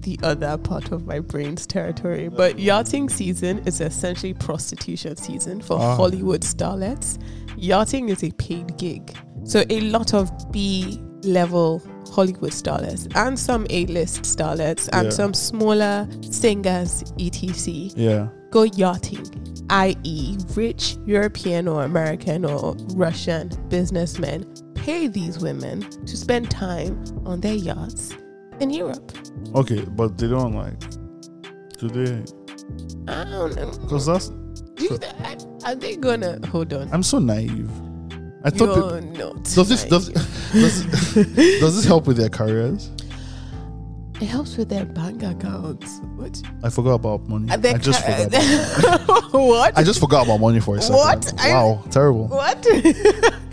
Speaker 1: the other part of my brain's territory. But yachting season is essentially prostitution season for
Speaker 2: Ah.
Speaker 1: Hollywood starlets. Yachting is a paid gig, so a lot of B level Hollywood starlets and some A list starlets and
Speaker 2: Yeah.
Speaker 1: some smaller singers, etc
Speaker 2: yeah.
Speaker 1: go yachting, i.e., rich European or American or Russian businessmen pay these women to spend time on their yachts in Europe.
Speaker 2: Okay, but they don't like do they?
Speaker 1: I don't know.
Speaker 2: Because that's
Speaker 1: Do you that? Are they gonna hold on?
Speaker 2: I'm so naive. I thought.
Speaker 1: You're
Speaker 2: peop-
Speaker 1: not.
Speaker 2: does this
Speaker 1: like-
Speaker 2: does
Speaker 1: <laughs>
Speaker 2: does does this help with their careers?
Speaker 1: it helps with their bank accounts? What?
Speaker 2: I forgot about money.
Speaker 1: Are they
Speaker 2: I just
Speaker 1: Uh, ca-
Speaker 2: forgot.
Speaker 1: <laughs>
Speaker 2: About,
Speaker 1: what?
Speaker 2: I just forgot about money for a second.
Speaker 1: What? I-
Speaker 2: Wow, terrible.
Speaker 1: What? <laughs> you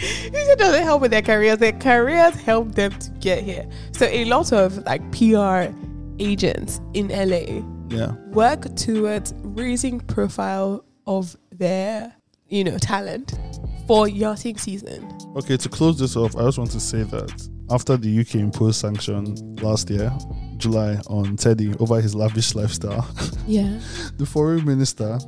Speaker 1: said does it help with their careers? Their careers help them to get here. So a lot of like PR agents in LA
Speaker 2: Yeah,
Speaker 1: work towards raising profile of their, you know, talent for yachting season.
Speaker 2: Okay, to close this off, I just want to say that after the UK imposed sanction last year, July, on Teddy over his lavish lifestyle,
Speaker 1: Yeah.
Speaker 2: the foreign minister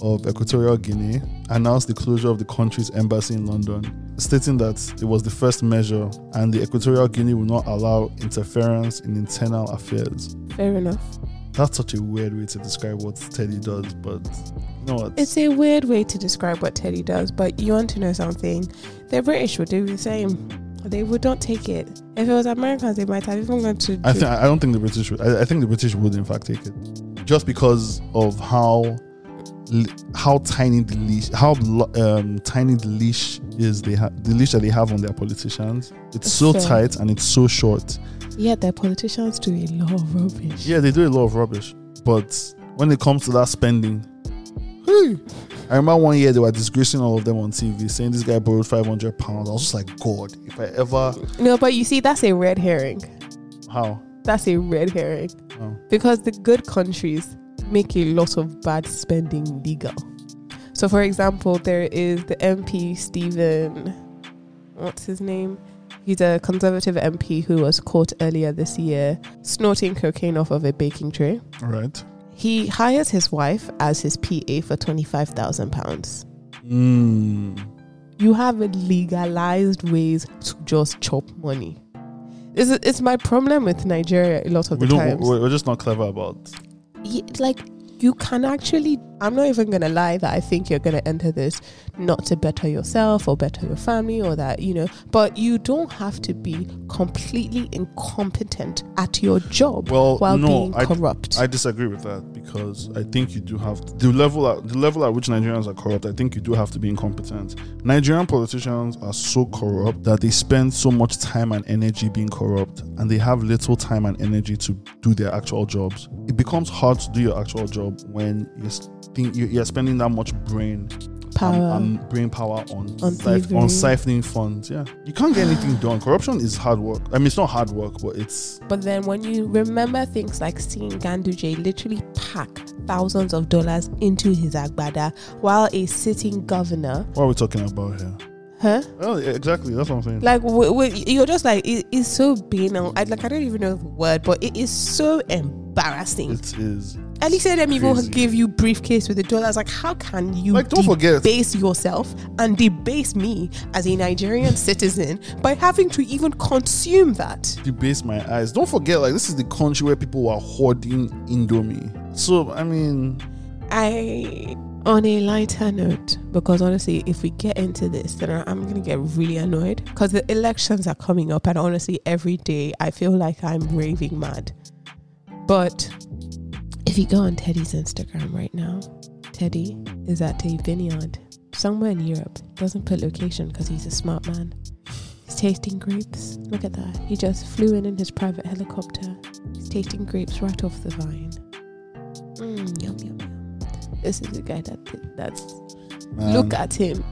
Speaker 2: of Equatorial Guinea announced the closure of the country's embassy in London, stating that it was the first measure and the Equatorial Guinea will not allow interference in internal affairs.
Speaker 1: Fair enough.
Speaker 2: That's such a weird way to describe what Teddy does, but you know what?
Speaker 1: It's a weird way to describe what Teddy does, but you want to know something. The British would do the same. They would not take it. If it was Americans, they might have even gone to.
Speaker 2: I think I don't think the British would. I, I think the British would in fact take it, just because of how l- how tiny the leash how lo- um, tiny the leash is they have the leash that they have on their politicians. It's so
Speaker 1: Fair.
Speaker 2: tight and it's so short.
Speaker 1: yeah, their politicians do a lot of rubbish.
Speaker 2: Yeah, they do a lot of rubbish, but when it comes to that spending. Hey, I remember one year they were disgracing all of them on TV, saying this guy borrowed five hundred pounds. I was just like, God, if I
Speaker 1: <laughs>
Speaker 2: ever
Speaker 1: No, but you see, that's a red herring.
Speaker 2: how
Speaker 1: That's a red herring.
Speaker 2: Oh.
Speaker 1: Because the good countries make a lot of bad spending legal. So, for example, there is the MP Stephen, what's his name? He's a conservative MP who was caught earlier this year snorting cocaine off of a baking tray.
Speaker 2: all right.
Speaker 1: He hires his wife as his PA for £25,000.
Speaker 2: Mm.
Speaker 1: You have legalized ways to just chop money. It's, it's my problem with Nigeria a lot of
Speaker 2: We
Speaker 1: the
Speaker 2: don't.
Speaker 1: times.
Speaker 2: We're we're just not clever about
Speaker 1: y- like you can actually i'm not even gonna lie that i think you're gonna enter this not to better yourself or better your family or that you know but you don't have to be completely incompetent at your job
Speaker 2: Well,
Speaker 1: while
Speaker 2: no,
Speaker 1: being
Speaker 2: I-
Speaker 1: corrupt
Speaker 2: I disagree with that because I think you do have the level at the level at which Nigerians are corrupt. I think you do have to be incompetent. Nigerian politicians are so corrupt that they spend so much time and energy being corrupt, and they have little time and energy to do their actual jobs. It becomes hard to do your actual job when you're s- think you- you're spending that much brain
Speaker 1: power
Speaker 2: And, and brain power on
Speaker 1: On
Speaker 2: siph- on
Speaker 1: thievery.
Speaker 2: siphoning funds. Yeah, you can't get anything done. Corruption is hard work. I mean, it's not hard work, but it's
Speaker 1: but then when you remember things like seeing ganduje literally pack thousands of dollars into his agbada while a sitting governor
Speaker 2: what are we talking about here?
Speaker 1: huh
Speaker 2: Oh, yeah, exactly. That's what I'm saying.
Speaker 1: Like w- w- you're just like it, it's so banal. I like I don't even know the word, but it is so embarrassing.
Speaker 2: it is.
Speaker 1: At least let them even
Speaker 2: crazy.
Speaker 1: give you briefcase with the dollars. Like how can you
Speaker 2: Like, don't forget-
Speaker 1: debase yourself and debase me as a Nigerian citizen by having to even consume that?
Speaker 2: Debase my eyes. Don't forget, like this is the country where people are hoarding Indomie. So I mean,
Speaker 1: I on a lighter note because honestly if we get into this then I- i'm gonna get really annoyed because the elections are coming up and honestly every day i feel like i'm raving mad but if you go on teddy's instagram right now teddy is at a vineyard somewhere in europe doesn't put location because he's a smart man he's tasting grapes look at that he just flew in in his private helicopter he's tasting grapes right off the vine mm, yum yum yum this is the guy that did- that's
Speaker 2: man,
Speaker 1: look at him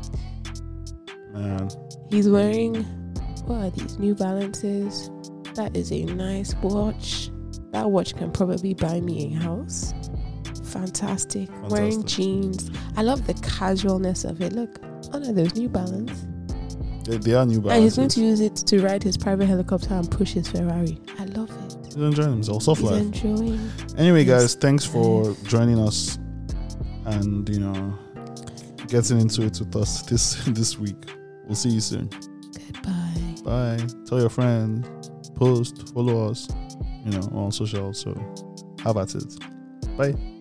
Speaker 2: man.
Speaker 1: he's wearing what are these new balances that is a nice watch that watch can probably buy me a house fantastic, wearing
Speaker 2: Fantastic.
Speaker 1: jeans i love the casualness of it look oh no those new balance
Speaker 2: They, they are new
Speaker 1: and he's
Speaker 2: balances.
Speaker 1: going to use it to ride his private helicopter and push his ferrari i love it
Speaker 2: He's enjoying himself. Soft
Speaker 1: he's
Speaker 2: life.
Speaker 1: enjoying
Speaker 2: anyway,
Speaker 1: Yes.
Speaker 2: guys, thanks for joining us, and you know, getting into it with us this <laughs> this week. We'll see you soon.
Speaker 1: goodbye
Speaker 2: Bye. Tell your friends. Post. Follow us. You know, on social. So, have at it. Bye.